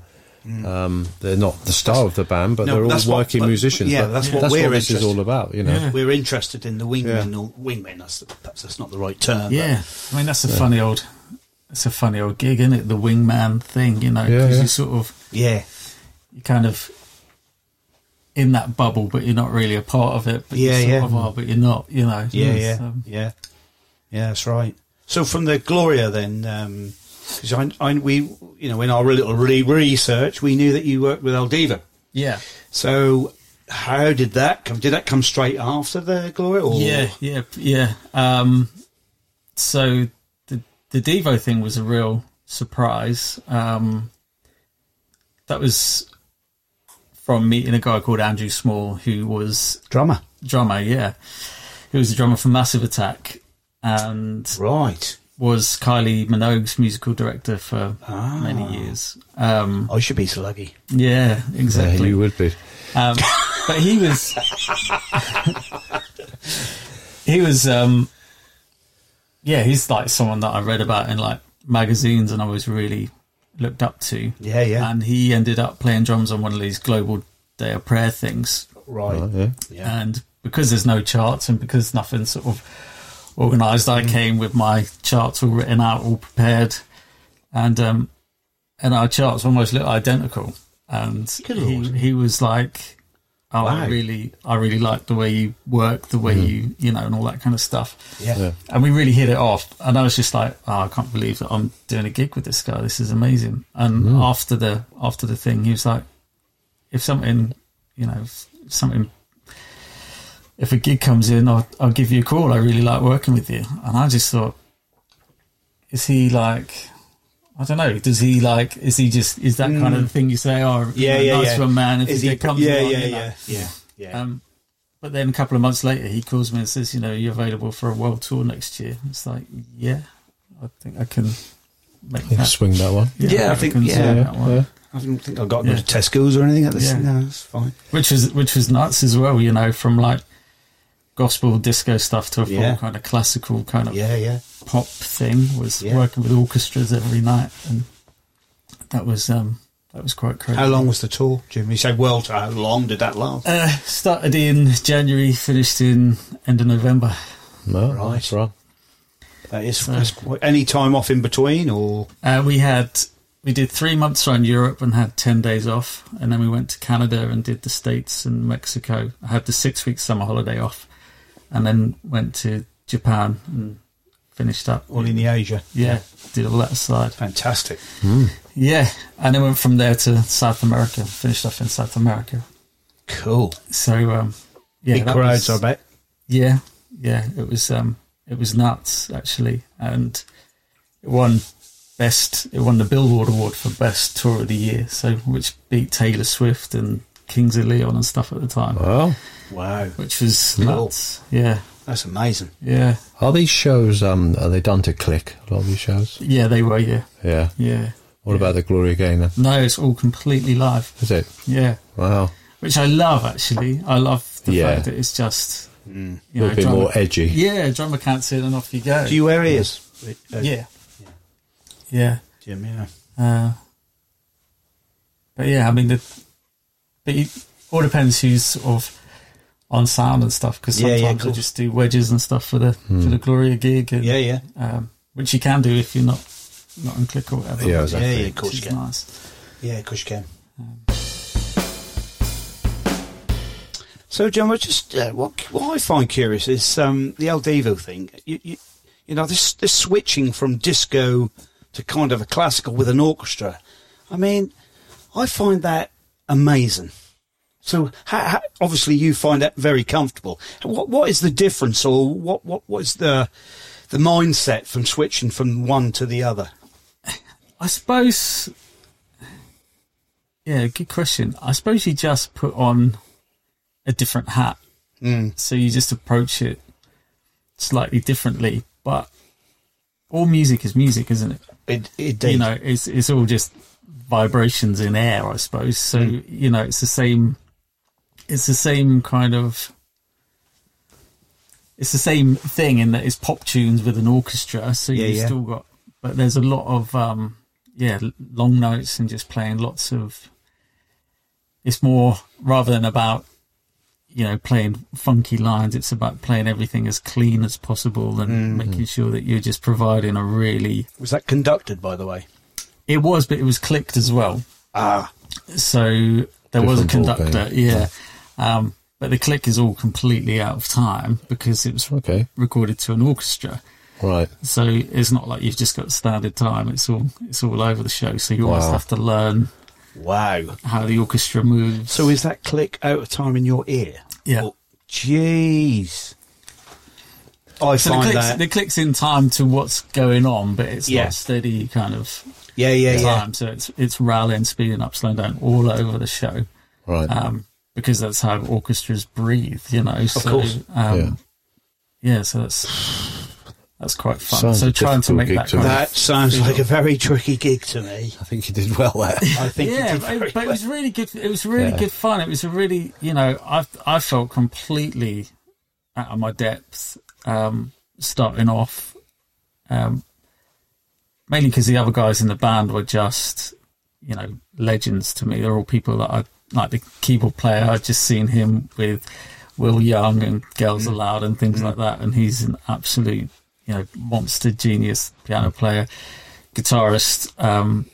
Um, they're not the star of the band, but Mm. No, they're that's all what- working but- musicians. yeah, But that's what we're this is interested- all about. You know, Yeah. we're interested in the wingmen Yeah. or wingmen. That's perhaps that's not the right term. but- Yeah, I mean that's a funny old, it's a funny old gig, isn't it? The wingman thing, you know, Yeah, because yeah. you sort of yeah. you kind of in that bubble, but you're not really a part of it. But Yeah, you sort yeah. Of are, but you're not. You know. Yeah, It's, yeah, um, yeah, yeah. That's right. So from the Gloria, then, um 'cause I, I, we, you know, in our little re- research, we knew that you worked with Aldiva. yeah, So how did that come? Did that come straight after the Gloria? Or? yeah, yeah, yeah. Um, so the the Devo thing was a real surprise. Um, that was from meeting a guy called Andrew Small, who was drummer. drummer, yeah. He was the drummer for Massive Attack and Right. was Kylie Minogue's musical director for Ah. many years. Um, I should be sluggy. yeah, Yeah, exactly. you would be. um, but he was he was um, yeah, he's like someone that I read about in like magazines and I was really looked up to. Yeah, yeah. And he ended up playing drums on one of these global day of prayer things Right. Right, Oh, yeah. Yeah. and because there's no charts and because nothing's sort of organised, Mm. I came with my charts all written out, all prepared, and um, and our charts almost look identical. And Good he, lord. he was like, oh, Wow. Mm. I really, I really like the way you work, the way you, you know, and all that kind of stuff. Yeah. Yeah. And we really hit it off. And I was just like, oh, I can't believe that I'm doing a gig with this guy. This is amazing. And Mm. after the after the thing, he was like, if something, you know, if something, if a gig comes in, I'll, I'll give you a call. I really like working with you. And I just thought, is he like, I don't know. Does he like? Is he just? Is that kind of thing you say? Oh, Mm. Yeah, yeah, yeah, nice yeah. one, man. If Is the he? gig comes yeah, along, yeah, you know. yeah, yeah, yeah. Um, but then a couple of months later, he calls me and says, "You know, you're available for a world tour next year." It's like, yeah, I think I can make Yeah, that. swing that one. Yeah, I think- can yeah, sort Yeah, that one. yeah. I don't think I got Yeah. into Tesco's or anything at this. Yeah. No, that's fine. which was which was nuts as well. You know, from like gospel disco stuff to a full Yeah. kind of classical kind of Yeah, yeah. pop thing. Was Yeah. working with orchestras every night, and that was um that was quite crazy. How long was the tour, Jim? You said, well, how long did that last? Uh, started in January, finished in end of November. No, Right. that's right. That is, that's quite, any time off in between, or Uh, we had we did three months around Europe and had ten days off, and then we went to Canada and did the States and Mexico. I had the six week summer holiday off, and then went to Japan and finished up. all in the Asia? yeah, did all that aside. Fantastic. Yeah, and then went from there to South America. Finished off in South America. Cool. So um, yeah, Big that crowds, was- I bet. Yeah, yeah, it was um, it was nuts actually, and it won best. It won the Billboard award for best tour of the year, so which beat Taylor Swift and Kings of Leon and stuff at the time, Well, Wow. which was Cool. nuts. Yeah, That's amazing. yeah, are these shows? Um, are they done to click? A lot of these shows. yeah. They were, yeah, Yeah. yeah. What about the Gloria Gaynor? No, it's all completely live. Is it? Yeah, Wow. which I love actually. I love the Yeah. fact that it's just A you know, little bit drummer, more edgy. yeah, drummer counts in and off you go. Do you wear ears? Uh, yeah, yeah. Jim, yeah. Uh, but yeah, I mean, the, but it all depends who's sort of on sound and stuff because Yeah, yeah, sometimes cool. they just do wedges and stuff for the Hmm. for the Gloria gig, and, Yeah, yeah. um, which you can do if you're not not on click or whatever. Yeah, which exactly. Yeah, yeah, of course is you can. nice. Yeah, of course you can. So, John, I just uh, what what I find curious is um, the El Devo thing. You, you, you know, this this switching from disco to kind of a classical with an orchestra. I mean, I find that amazing. So, how, how, obviously, you find that very comfortable. What what is the difference, or what what what is the the mindset from switching from one to the other? I suppose. Yeah, good question. I suppose you just put on a different hat, Mm. so you just approach it slightly differently. But all music is music, isn't it? It, it you know, it's it's all just vibrations in air, I suppose. So Mm. you know, it's the same. It's the same kind of. It's the same thing in that it's pop tunes with an orchestra, so Yeah, you've yeah. still got. But there's a lot of um, yeah l- long notes and just playing lots of. It's more rather than about. You know, playing funky lines. It's about playing everything as clean as possible Mm-hmm. and making sure that you're just providing a really was that conducted, by the way? it was, but it was clicked as well. Ah, So there was a Different ballgame. conductor, yeah. Um, but the click is all completely out of time because it was Okay. recorded to an orchestra. Right. So it's not like you've just got standard time. It's all it's all over the show. So you always Wow. have to learn wow. how the orchestra moves. So is that click out of time in your ear? yeah. Oh, Jeez. I so the find clicks, that. the clicks in time to what's going on, but it's Yeah. not steady kind of yeah, yeah, yeah. time. So it's it's rallying, speeding up, slowing down, all over the show. Right. um, because that's how orchestras breathe, you know. so, course. Um, Yeah. yeah. so that's that's quite fun. Sounds so a trying to difficult make gig that to kind make. That sounds like a very tricky gig to me. I think you did well there. I of think. yeah, you did but, very it- but it well. was really good. It was really Yeah. good fun. It was a really, you know, I I felt completely out of my depth um, starting off, um, mainly because the other guys in the band were just, you know, legends to me. They're all people that I like. The keyboard player, I'd just seen him with Will Young and Girls Mm. Aloud and things like that, and he's an absolute, you know, Mm. monster genius piano player, guitarist. Um,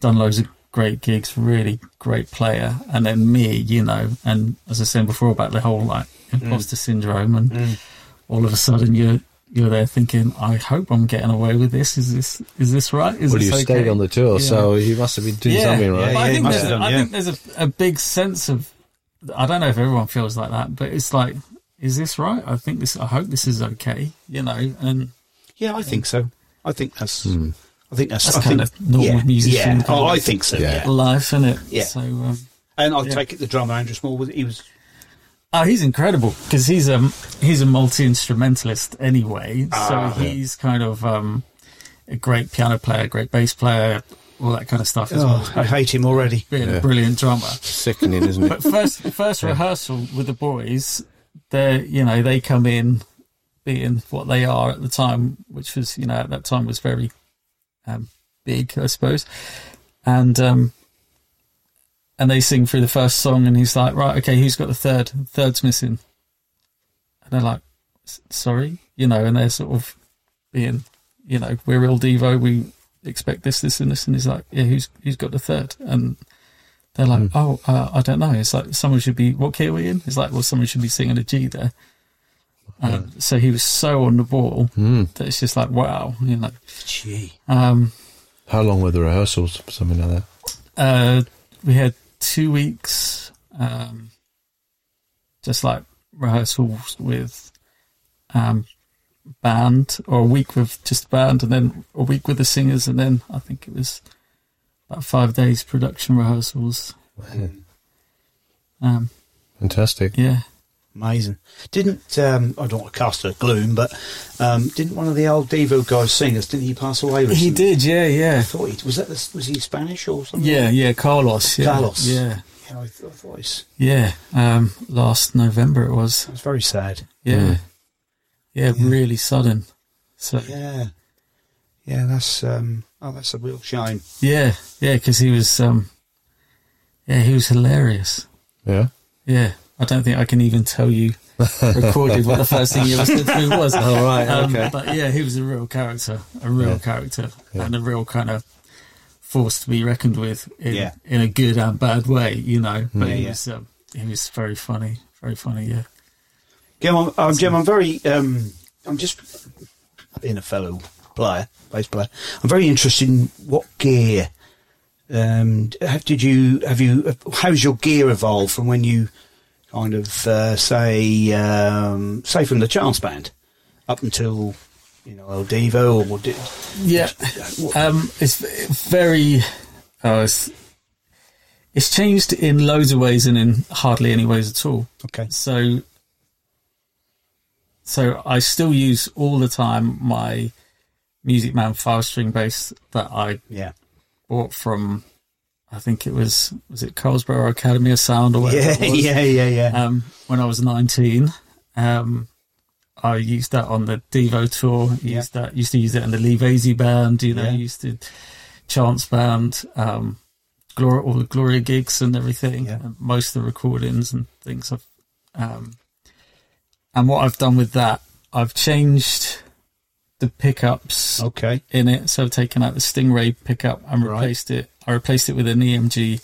done loads of great gigs, really great player, and then me, you know, and as I said before about the whole like Mm. imposter syndrome, and all of a sudden you're you're there thinking, I hope I'm getting away with this. Is this is this right? Is Well, this you stayed okay? on the tour, Yeah. so you must have been doing something right. But Yeah, I, you think must there's, have done, I yeah. think there's a, a big sense of I don't know if everyone feels like that, but it's like, is this right? I think this. I hope this is okay. You know, and Yeah, I think so. I think that's. I think that's, Hmm. That's I kind think, of normal yeah, musician Yeah, kind oh, of- I think so. Yeah. Yeah, life in it. Yeah. So, um, and I'll Yeah. take it. The drummer Andrew Small was he was oh, he's incredible because he's a he's a multi instrumentalist anyway. Ah, so he's kind of um, a great piano player, great bass player, all that kind of stuff as well. Oh, I hate him already. Being a brilliant drummer. Sickening, isn't it? But first first rehearsal with the boys, they you know they come in being what they are at the time, which was you know at that time was very um, big, I suppose, and um, and they sing through the first song, and he's like, right, okay, who's got the third? Third's missing, and they're like, "S- sorry, you know, and they're sort of being, you know, we're real Devo, we expect this, this, and this, and he's like, yeah, who's who's got the third? And they're like, oh, uh, I don't know. It's like someone should be. What key are we in? It's like, well, someone should be singing a G there. Um, So he was so on the ball that it's just like, wow, you know. Gee, Um, How long were the rehearsals? Something like that. uh, we had two weeks, um, just like rehearsals with um, band, or a week with just band, and then a week with the singers, and then I think it was about five days production rehearsals. Um, Fantastic. yeah. amazing. Didn't um, I don't want to cast a gloom, but um, didn't one of the old Devo guys singers? Didn't he pass away? Recently? He did, yeah, yeah, I thought he was that. The, was he Spanish or something? yeah, yeah. Carlos, yeah, Carlos. yeah, Yeah, I, th- I thought it's yeah. Um, last November it was, it's very sad. yeah, yeah, really sudden. So Yeah, yeah. That's um. Oh, that's a real shame. yeah, yeah, because he was, um, yeah, he was hilarious. Yeah. Yeah, I don't think I can even tell you recorded what the first thing he ever said to me was. Um, All Oh, right. okay. But yeah, he was a real character, a real Yeah. character, Yeah. and a real kind of force to be reckoned with in, Yeah. in a good and bad way, you know. But Yeah, he yeah. was, um, he was very funny, very funny. Yeah. Jim, I'm, um, Jim, I'm very. Um, I'm just being a fellow player, bass player. I'm very interested in what gear. Um, have, did you have you? How's your gear evolved from when you kind of uh, say um, say from the Charles Band up until you know El Devo or did, Yeah, um, it's v- very. Oh, it's, it's changed in loads of ways and in hardly any ways at all. okay? So, so I still use all the time my Music Man five string bass that I Yeah, bought from. I think it was was it Carlsbad Academy of Sound or whatever. yeah, it was yeah, yeah, yeah. um, when I was 19. Um, I used that on the Devo tour. Yeah. Used that. Used to use it in the Levesi band. You know, Yeah. used to Chance band, um, Gloria, all the Gloria gigs and everything. Yeah. and most of the recordings and things. I've, um, and what I've done with that, I've changed the pickups okay, in it. So I've taken out the Stingray pickup and Right. replaced it. I replaced it with an EMG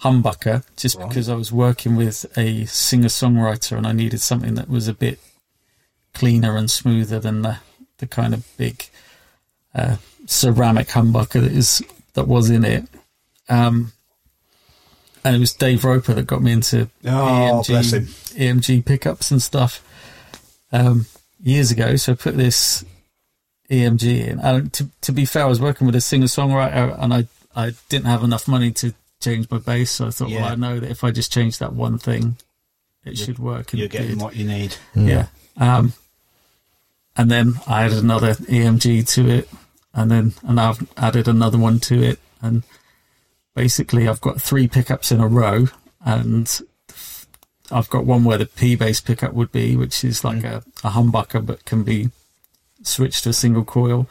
humbucker just Right. because I was working with a singer songwriter and I needed something that was a bit cleaner and smoother than the, the kind of big uh, ceramic humbucker that is that was in it. Um, and it was Dave Roper that got me into Oh, EMG, bless him. EMG pickups and stuff um, years ago. So I put this EMG in. And to, to be fair, I was working with a singer songwriter and I, I didn't have enough money to change my bass. So I thought, Yeah. well, I know that if I just change that one thing, it should work. and you're it getting did. what you need. Yeah. Um, and then I added another EMG to it, and then and I've added another one to it, and basically I've got three pickups in a row, and I've got one where the P bass pickup would be, which is Mm. like a, a humbucker, but can be switched to a single coil.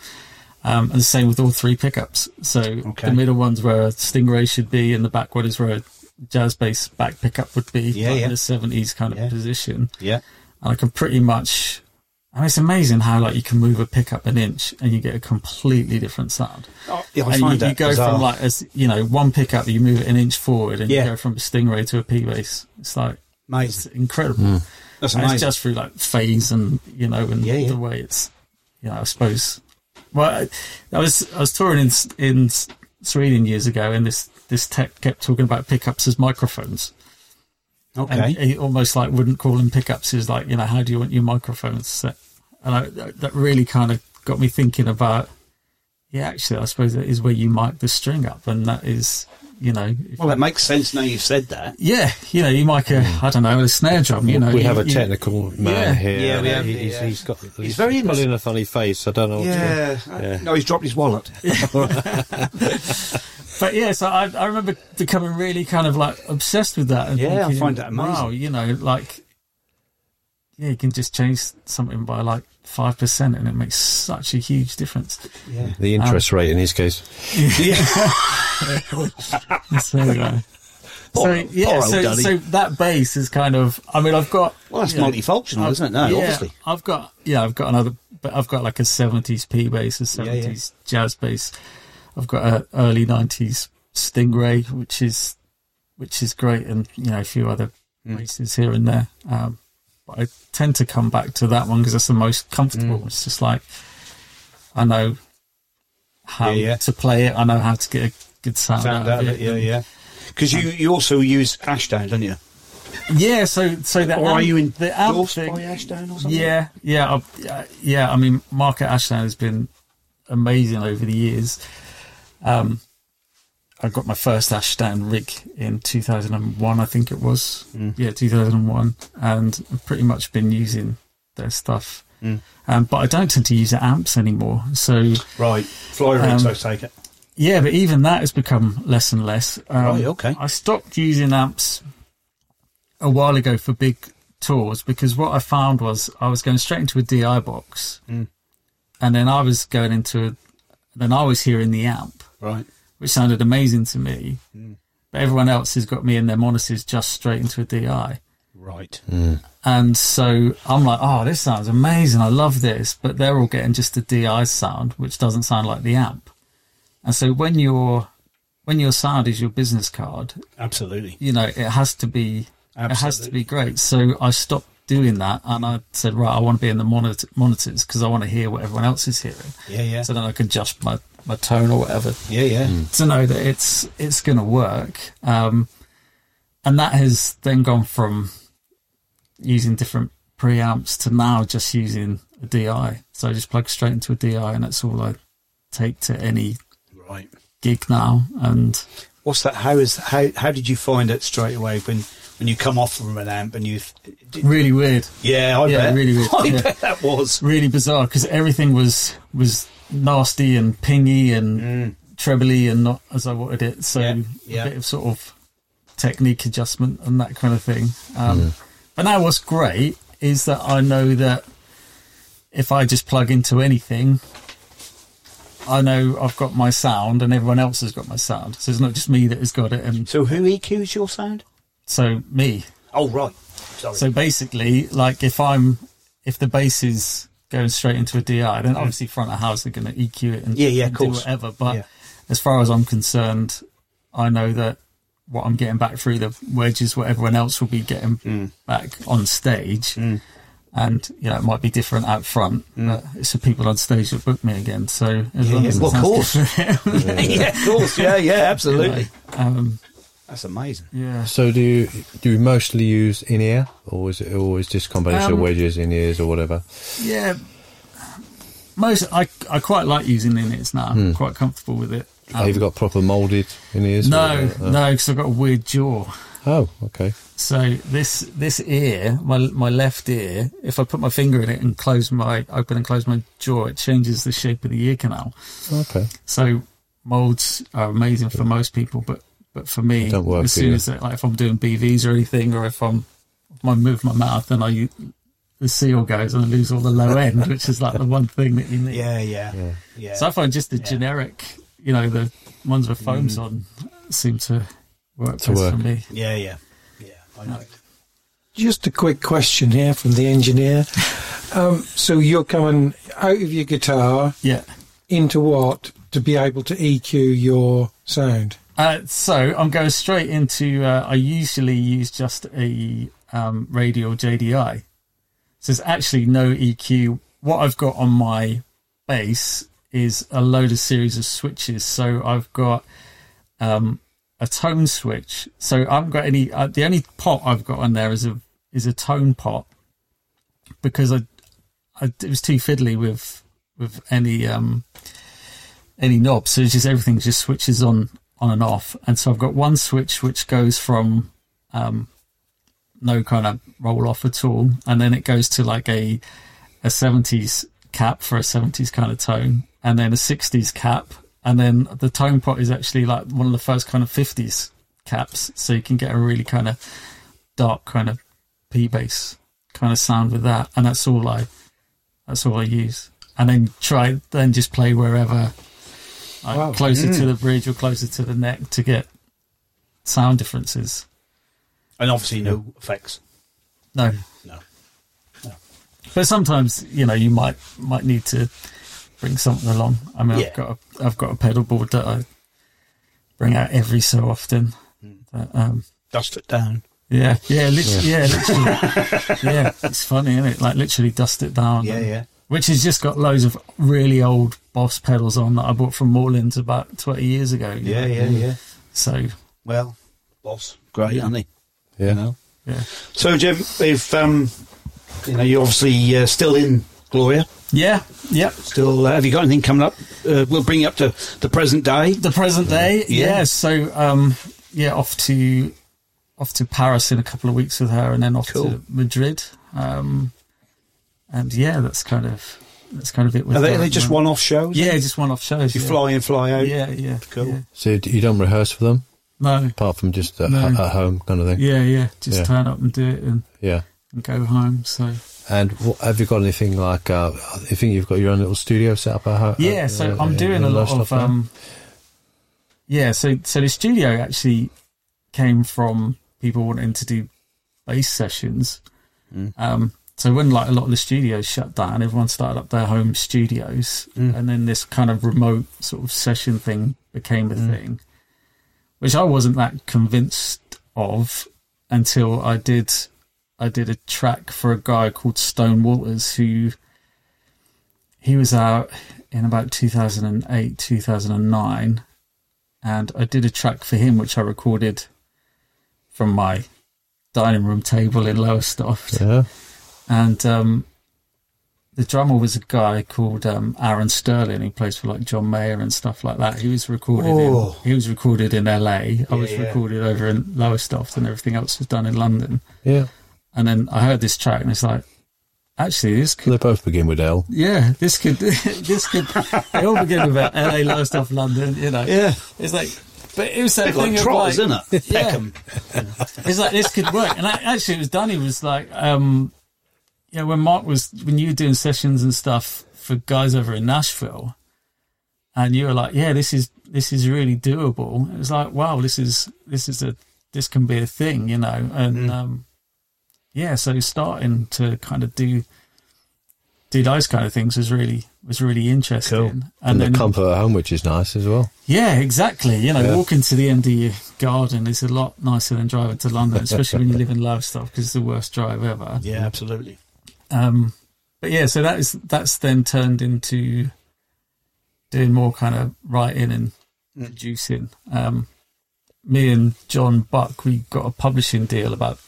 Um, and the same with all three pickups. So Okay. the middle one's where a Stingray should be, and the back one is where a jazz bass back pickup would be, Yeah, like yeah. in the 70s kind Yeah. of position Yeah, and I can pretty much And it's amazing how like you can move a pickup an inch and you get a completely different sound. Oh, yeah, I and find you, that you go bizarre. from like as you know one pickup, you move it an inch forward, and Yeah. you go from a Stingray to a P bass. It's like it's amazing. incredible. That's And amazing. it's just through like phase and you know and Yeah, yeah. the way it's you know I suppose. Well, I, I was I was touring in in Sweden years ago, and this this tech kept talking about pickups as microphones. okay. And he, he almost like wouldn't call them pickups. He was like, you know, how do you want your microphones set? And I, that that really kind of got me thinking about, yeah, actually, I suppose that is where you mic the string up, and that is, you know, if- well, Hmm. that makes sense now you've said that. yeah, you know, you mic a, I don't know, a snare drum. You know, we you- have a you- technical man Yeah. here. Yeah, we have- He- he's, yeah. he's got. He's, very pulling in a funny face. I don't know. what's going- Yeah. Uh, No, he's dropped his wallet. But yeah, so I, I remember becoming really kind of like obsessed with that. And Yeah, I thinking, find that amazing. Wow, you know, like, yeah, you can just change something by like five percent, and it makes such a huge difference. Yeah. The interest rate in his case. so, uh, so Poor- yeah, poor old so, Duddy. so that bass is kind of. I mean, I've got Well, that's you know, multifunctional, I've- isn't it? No, yeah, obviously. I've got yeah, I've got another, but I've got like a seventies P bass, Yeah, a yeah. seventies jazz bass. I've got a early nineties Stingray, which is which is great, and you know a few other Hmm. bases here and there. Um, but I tend to come back to that one because that's the most comfortable. Hmm. It's just like I know how Yeah, yeah. to play it. I know how to get a good sound, Found out that, yeah, and- yeah. Because you, you also use Ashdown, don't you? Yeah, so so the Or amp, are you the amp endorsed thing? by Ashdown or something? Yeah, yeah, I- yeah, yeah. I mean, Mark at Ashdown has been amazing over the years. Um, I got my first Ashdown rig in 2001, I think it was. Mm. Yeah, 2001, and I've pretty much been using their stuff. Mm. Um, but I don't tend to use the amps anymore. So Right. Fly rigs, Um, I take it. yeah, but even that has become less and less. Um, Right, okay. I stopped using amps a while ago for big tours because what I found was I was going straight into a DI box, Hmm. and then I was going into, a, then I was hearing the amp, Right. which sounded amazing to me, Hmm. but everyone else has got me in their monitors just straight into a DI. Right. And so I'm like, oh, this sounds amazing. I love this. But they're all getting just the DI sound, which doesn't sound like the amp. And so when your when your sound is your business card, Absolutely. you know, it has to be it has to Absolutely. be great. So I stopped doing that and I said, right, I want to be in the monitor, monitors because I want to hear what everyone else is hearing. Yeah, yeah. So then I can adjust my, my tone or whatever Yeah, yeah. to know that it's it's going to work. Um, and that has then gone from using different preamps to now just using a DI. So I just plug straight into a DI, and that's all I take to any Right. gig now. And What's that? How is how how did you find it straight away when when you come off from an amp and you? Did, really weird, yeah, I Yeah, bet. really weird, I yeah. bet that was. really bizarre because everything was was nasty and pingy and trebly and not as I wanted it. So Mm. Yeah, yeah. a bit of sort of technique adjustment and that kind of thing. Um, But now what's great is that I know that if I just plug into anything, I know I've got my sound and everyone else has got my sound. So it's not just me that has got it. And So who EQs your sound? so me, Oh, right. Sorry. so basically, like if I'm if the bass is going straight into a DI, then obviously front of house are going to EQ it Mm-hmm. and Yeah, yeah, of and do course. whatever. But Yeah. as far as I'm concerned, I know that what I'm getting back through the wedge is what everyone else will be getting Mm. back on stage. And you know, it might be different out front, but it's the people on stage that book me again. So as Mm. long yeah, as it well, of sounds good course. for them, yeah, of course. Yeah, yeah, absolutely. um, That's amazing. yeah. So do you do you mostly use in ear, or is it always just combination of Um, wedges, in ears, or whatever? Yeah, most I I quite like using in it now. I'm quite comfortable with it. Um, Have you Hmm. Oh, got proper molded in ears? or- no, uh, no, because I've got a weird jaw. Oh, okay. So this this ear, my my left ear, if I put my finger in it and close my open and close my jaw, it changes the shape of the ear canal. Okay. So molds are amazing for most people, but but for me, Don't work as for soon you. as it, like if I'm doing BVs or anything, or if I'm if I move my mouth and I u- the seal goes and I lose all the low end, which is like the one thing that you need. Yeah, yeah, yeah. So I find just the generic, you know, the ones with foams on seem to work Mm. To best work. for me. yeah, yeah, yeah. I know. Just a quick question here from the engineer. Um, so you're coming out of your guitar Yeah. into what to be able to EQ your sound? Uh, so I'm going straight into. Uh, I usually use just a um, radial JDI. So there's actually no EQ. What I've got on my bass is a load of series of switches. So I've got um, a tone switch. So I haven't got any. Uh, the only pot I've got on there is a is a tone pot because I, I it was too fiddly with with any um, any knobs. So it's just everything just switches on on and off. And so I've got one switch which goes from um, no kind of roll off at all, and then it goes to like a a seventies cap for a seventies kind of tone, and then a sixties cap, and then the tone pot is actually like one of the first kind of fifties caps, so you can get a really kind of dark kind of P bass kind of sound with that, and that's all I that's all I use. And then try then just play wherever like Wow. closer Mm. to the bridge or closer to the neck to get sound differences. And obviously, no effects. No. No. But sometimes, you know, you might might need to bring something along. I mean, Yeah. I've got a, I've got a pedal board that I bring out every so often. Mm. But, um, Dust it down. yeah, yeah, lit- yeah, literally, yeah. It's funny, isn't it? Like literally dust it down. Yeah, and- yeah. Which has just got loads of really old Boss pedals on that I bought from Morelands about twenty years ago. you Yeah, know? yeah, yeah. So Well, boss, great, aren't he? Yeah. You know. yeah, So, Jim, if um, you know, you're obviously uh, still in Gloria. yeah, yep. Still, uh, have you got anything coming up? Uh, we'll bring you up to the present day. the present day Yeah. yeah. so um yeah off to off to paris in a couple of weeks with her and then off Cool. to madrid um and yeah that's kind of that's kind of it with Are they, her are they at the just moment. one off shows? yeah just one off shows You yeah. fly in, fly out. yeah yeah Cool. yeah. So you- you don't rehearse for them, no apart from just at, No. at home kind of thing. yeah yeah just Yeah. turn up and do it and, Yeah. and go home so And what, have you got anything like? Uh, I think you've got your own little studio set up at home. yeah uh, so i'm doing a lot of um yeah so so the studio actually came from people wanting to do bass sessions um so when like a lot of the studios shut down everyone started up their home studios and then this kind of remote sort of session thing became a thing which i wasn't that convinced of until i did i did a track for a guy called stone walters who he was out in about 2008 2009 and i did a track for him which i recorded from my dining room table in lowestoft Yeah. and um, the drummer was a guy called um, aaron sterling who plays for like john mayer and stuff like that he was recorded in, Oh. he was recorded in la i was yeah. recorded over in lowestoft and everything else was done in london Yeah. and then i heard this track and it's like actually this could They both begin with L. yeah, this could, this could, they all begin with it. LA, Lowestoft, London, you know. Yeah. It's like, but it was that Bit thing like of Trotters, like, isn't it? Yeah. Peckham. it's like this could work. And I, actually, it was Danny was like, um, you know, when Mark was when you were doing sessions and stuff for guys over in Nashville, and you were like, yeah, this is this is really doable. It was like, wow, this is this is a this can be a thing, you know, and Mm. um, yeah, so starting to kind of do do those kind of things was really was really interesting. Cool. And, And, the comfort at home, which is nice as well. yeah, exactly. You know, Yeah. walking to the end of your garden is a lot nicer than driving to London, especially when you live in Lowestoft because it's the worst drive ever. Yeah, absolutely. Um, but yeah, so that is that's then turned into doing more kind of writing and producing. Um, me and John Buck, we got a publishing deal about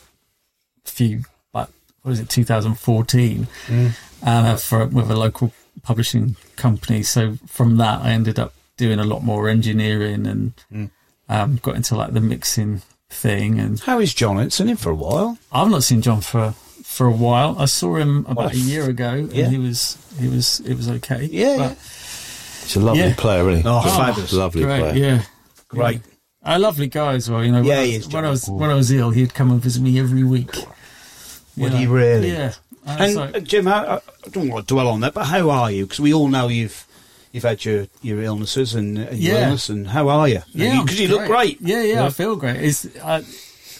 a few, but what was it, 2014, and uh, for with a local publishing company. So from that, I ended up doing a lot more engineering and um, got into like the mixing thing. And How is John? It's in him for a while. I've not seen John for for a while. I saw him about What? a year ago, Yeah. and he was he was it was okay. Yeah, But- yeah. It's a lovely Yeah. player, isn't he? Oh, fabulous. Lovely Great, player. yeah. Great. A lovely guy as well, you know. when Yeah, I- he is, when I was when I was ill, he'd come and visit me every week. You Would he really? Yeah. And I And was like, uh, Jim, I, I don't want to dwell on that, but how are you? Because we all know you've you've had your, your illnesses and, and your Yeah. illness, and how are you? yeah, I'm because you, look great. Yeah, yeah, I feel great. It's, I,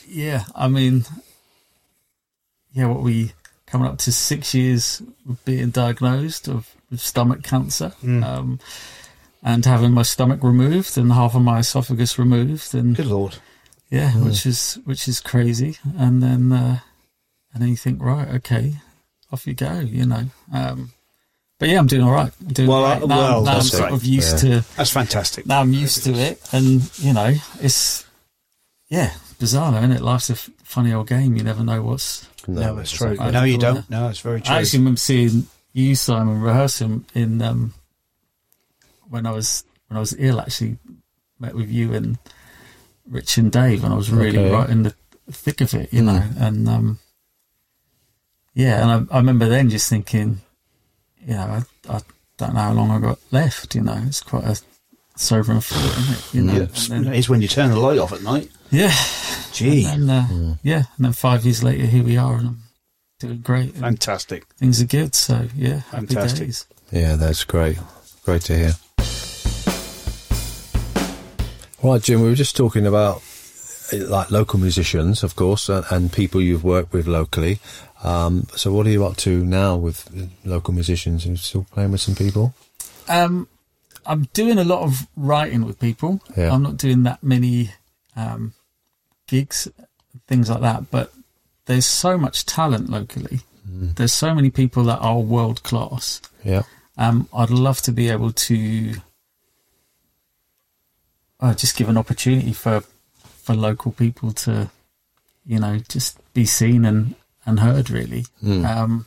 yeah, I mean, yeah, what we coming up to six years of being diagnosed of with stomach cancer, Hmm. um, and having my stomach removed and half of my esophagus removed, and Good lord. yeah, which is which is crazy. And then uh, and then you think, right, okay, off you go, you know. Um, but yeah, I'm doing all right. I'm doing Well, all right. I- Now, well, now I'm that's sort great. of used to That's fantastic. now I'm used to it, and you know, it's yeah, bizarre, though, isn't it? Life's a f- funny old game. You never know what's. No, that's true. I No, you thought don't. No, it's very true. I actually remember seeing you, Simon, rehearsing in um, when I was when I was ill. Actually, met with you and Rich and Dave, and I was really Okay. right in the thick of it, Hmm. you know. And um, yeah, and I, I remember then just thinking, you know, I, I don't know how long I got left. You know, it's quite a sobering thought, isn't it? You know, Mm. Yes. And then- It's when you turn the light off at night. yeah, Gee, and uh, yeah, and then five years later, here we are, and I'm doing great, and fantastic. things are good. So yeah, happy Fantastic. days. Yeah, that's great. Great to hear. Right, Jim, we were just talking about eh, like local musicians, of course, and, and people you've worked with locally. Um, so, what are you up to now with eh, local musicians? Are you still playing with some people? um, I'm doing a lot of writing with people. Yeah. I'm not doing that many um, gigs, things like that. But there's so much talent locally. There's so many people that are world class. Yeah, Um, I'd love to be able to uh, just give an opportunity for for local people to, you know, just be seen and and heard. Really. Hmm. Um,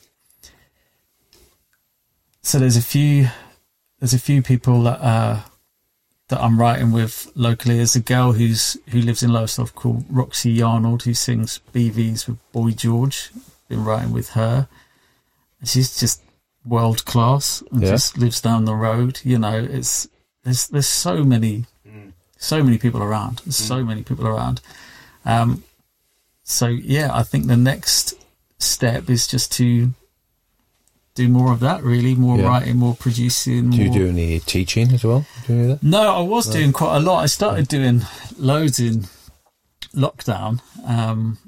so there's a few there's a few people that uh, that I'm writing with locally. There's a girl who's who lives in Lowestoft called Roxy Yarnold who sings BVs with Boy George. Been writing with her. And she's just world class and Yeah. just lives down the road. You know, it's there's there's so many so many people around. There's so many people around. Um, so yeah, I think the next step is just to do more of that. Really, more Yeah. writing, more producing. do you more, do any teaching as well? Do you do that? no, I was doing quite a lot. I started doing loads in lockdown, um,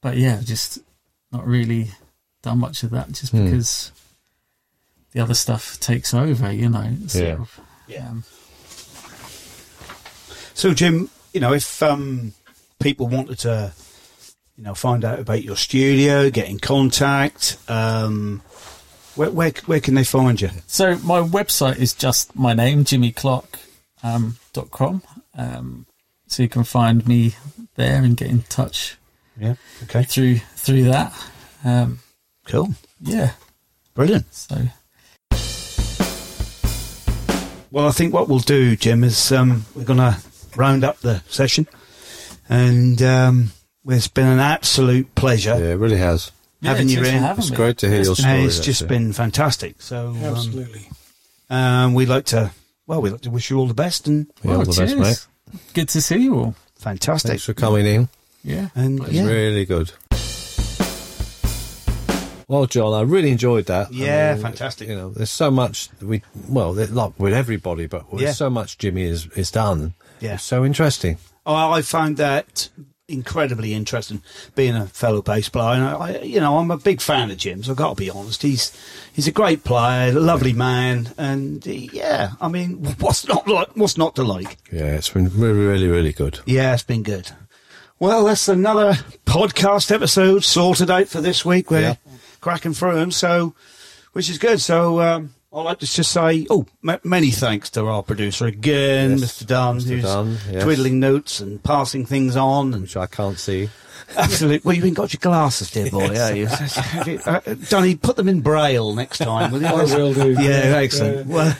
but yeah, just not really done much of that, Hmm. just because the other stuff takes over. You know, it's Yeah. sort of, Yeah. um, So, Jim, you know, if um, people wanted to, you know, find out about your studio, get in contact, um, where, where where can they find you? So my website is just my name, jimmyclark.com. dot com. um, so you can find me there and get in touch Yeah. Okay. through through that. Um, Cool. yeah. Brilliant. So Well, I think what we'll do, Jim, is um, we're going to round up the session, and um, it's been an absolute pleasure. Yeah, it really has. Having yeah, you cheers for in. having It's me. great to hear It's your been- story. Uh, it's just actually. been fantastic. So um, Absolutely. um, we'd like to, well, we'd like to wish you all the best and Yeah, all Oh, the best, cheers. mate. Good to see you all. fantastic. Thanks for coming in. Yeah. And It's yeah, really good. Well, John, I really enjoyed that. I Yeah, fantastic. You know, there's so much that we well, that- like with everybody, but there's Yeah. so much Jimmy is is done. Yeah. It's so interesting. oh, I found that incredibly interesting being a fellow bass player. And I, I, you know, I'm a big fan of Jim's. I've got to be honest. He's he's a great player, a lovely man, and he- yeah, I mean, what's not like? What's not to like? Yeah, it's been really, really, really good. Yeah, it's been good. Well, that's another podcast episode sorted out for this week. We're Yeah. cracking through them, so which is good. So um, I'd like to just say, oh, ma many thanks to our producer again, Yes, Mr. Dunn, Mr. who's Dunn, yes. twiddling notes and passing things on. And Which I can't see. absolutely, well, you've even got your glasses, dear boy. Yeah, you? Uh, Dunny, put them in braille next time. Will you? I will do. Yeah, excellent. Well,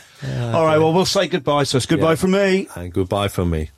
all right. Well, we'll say goodbye. So it's goodbye Yeah. from me. And goodbye from me.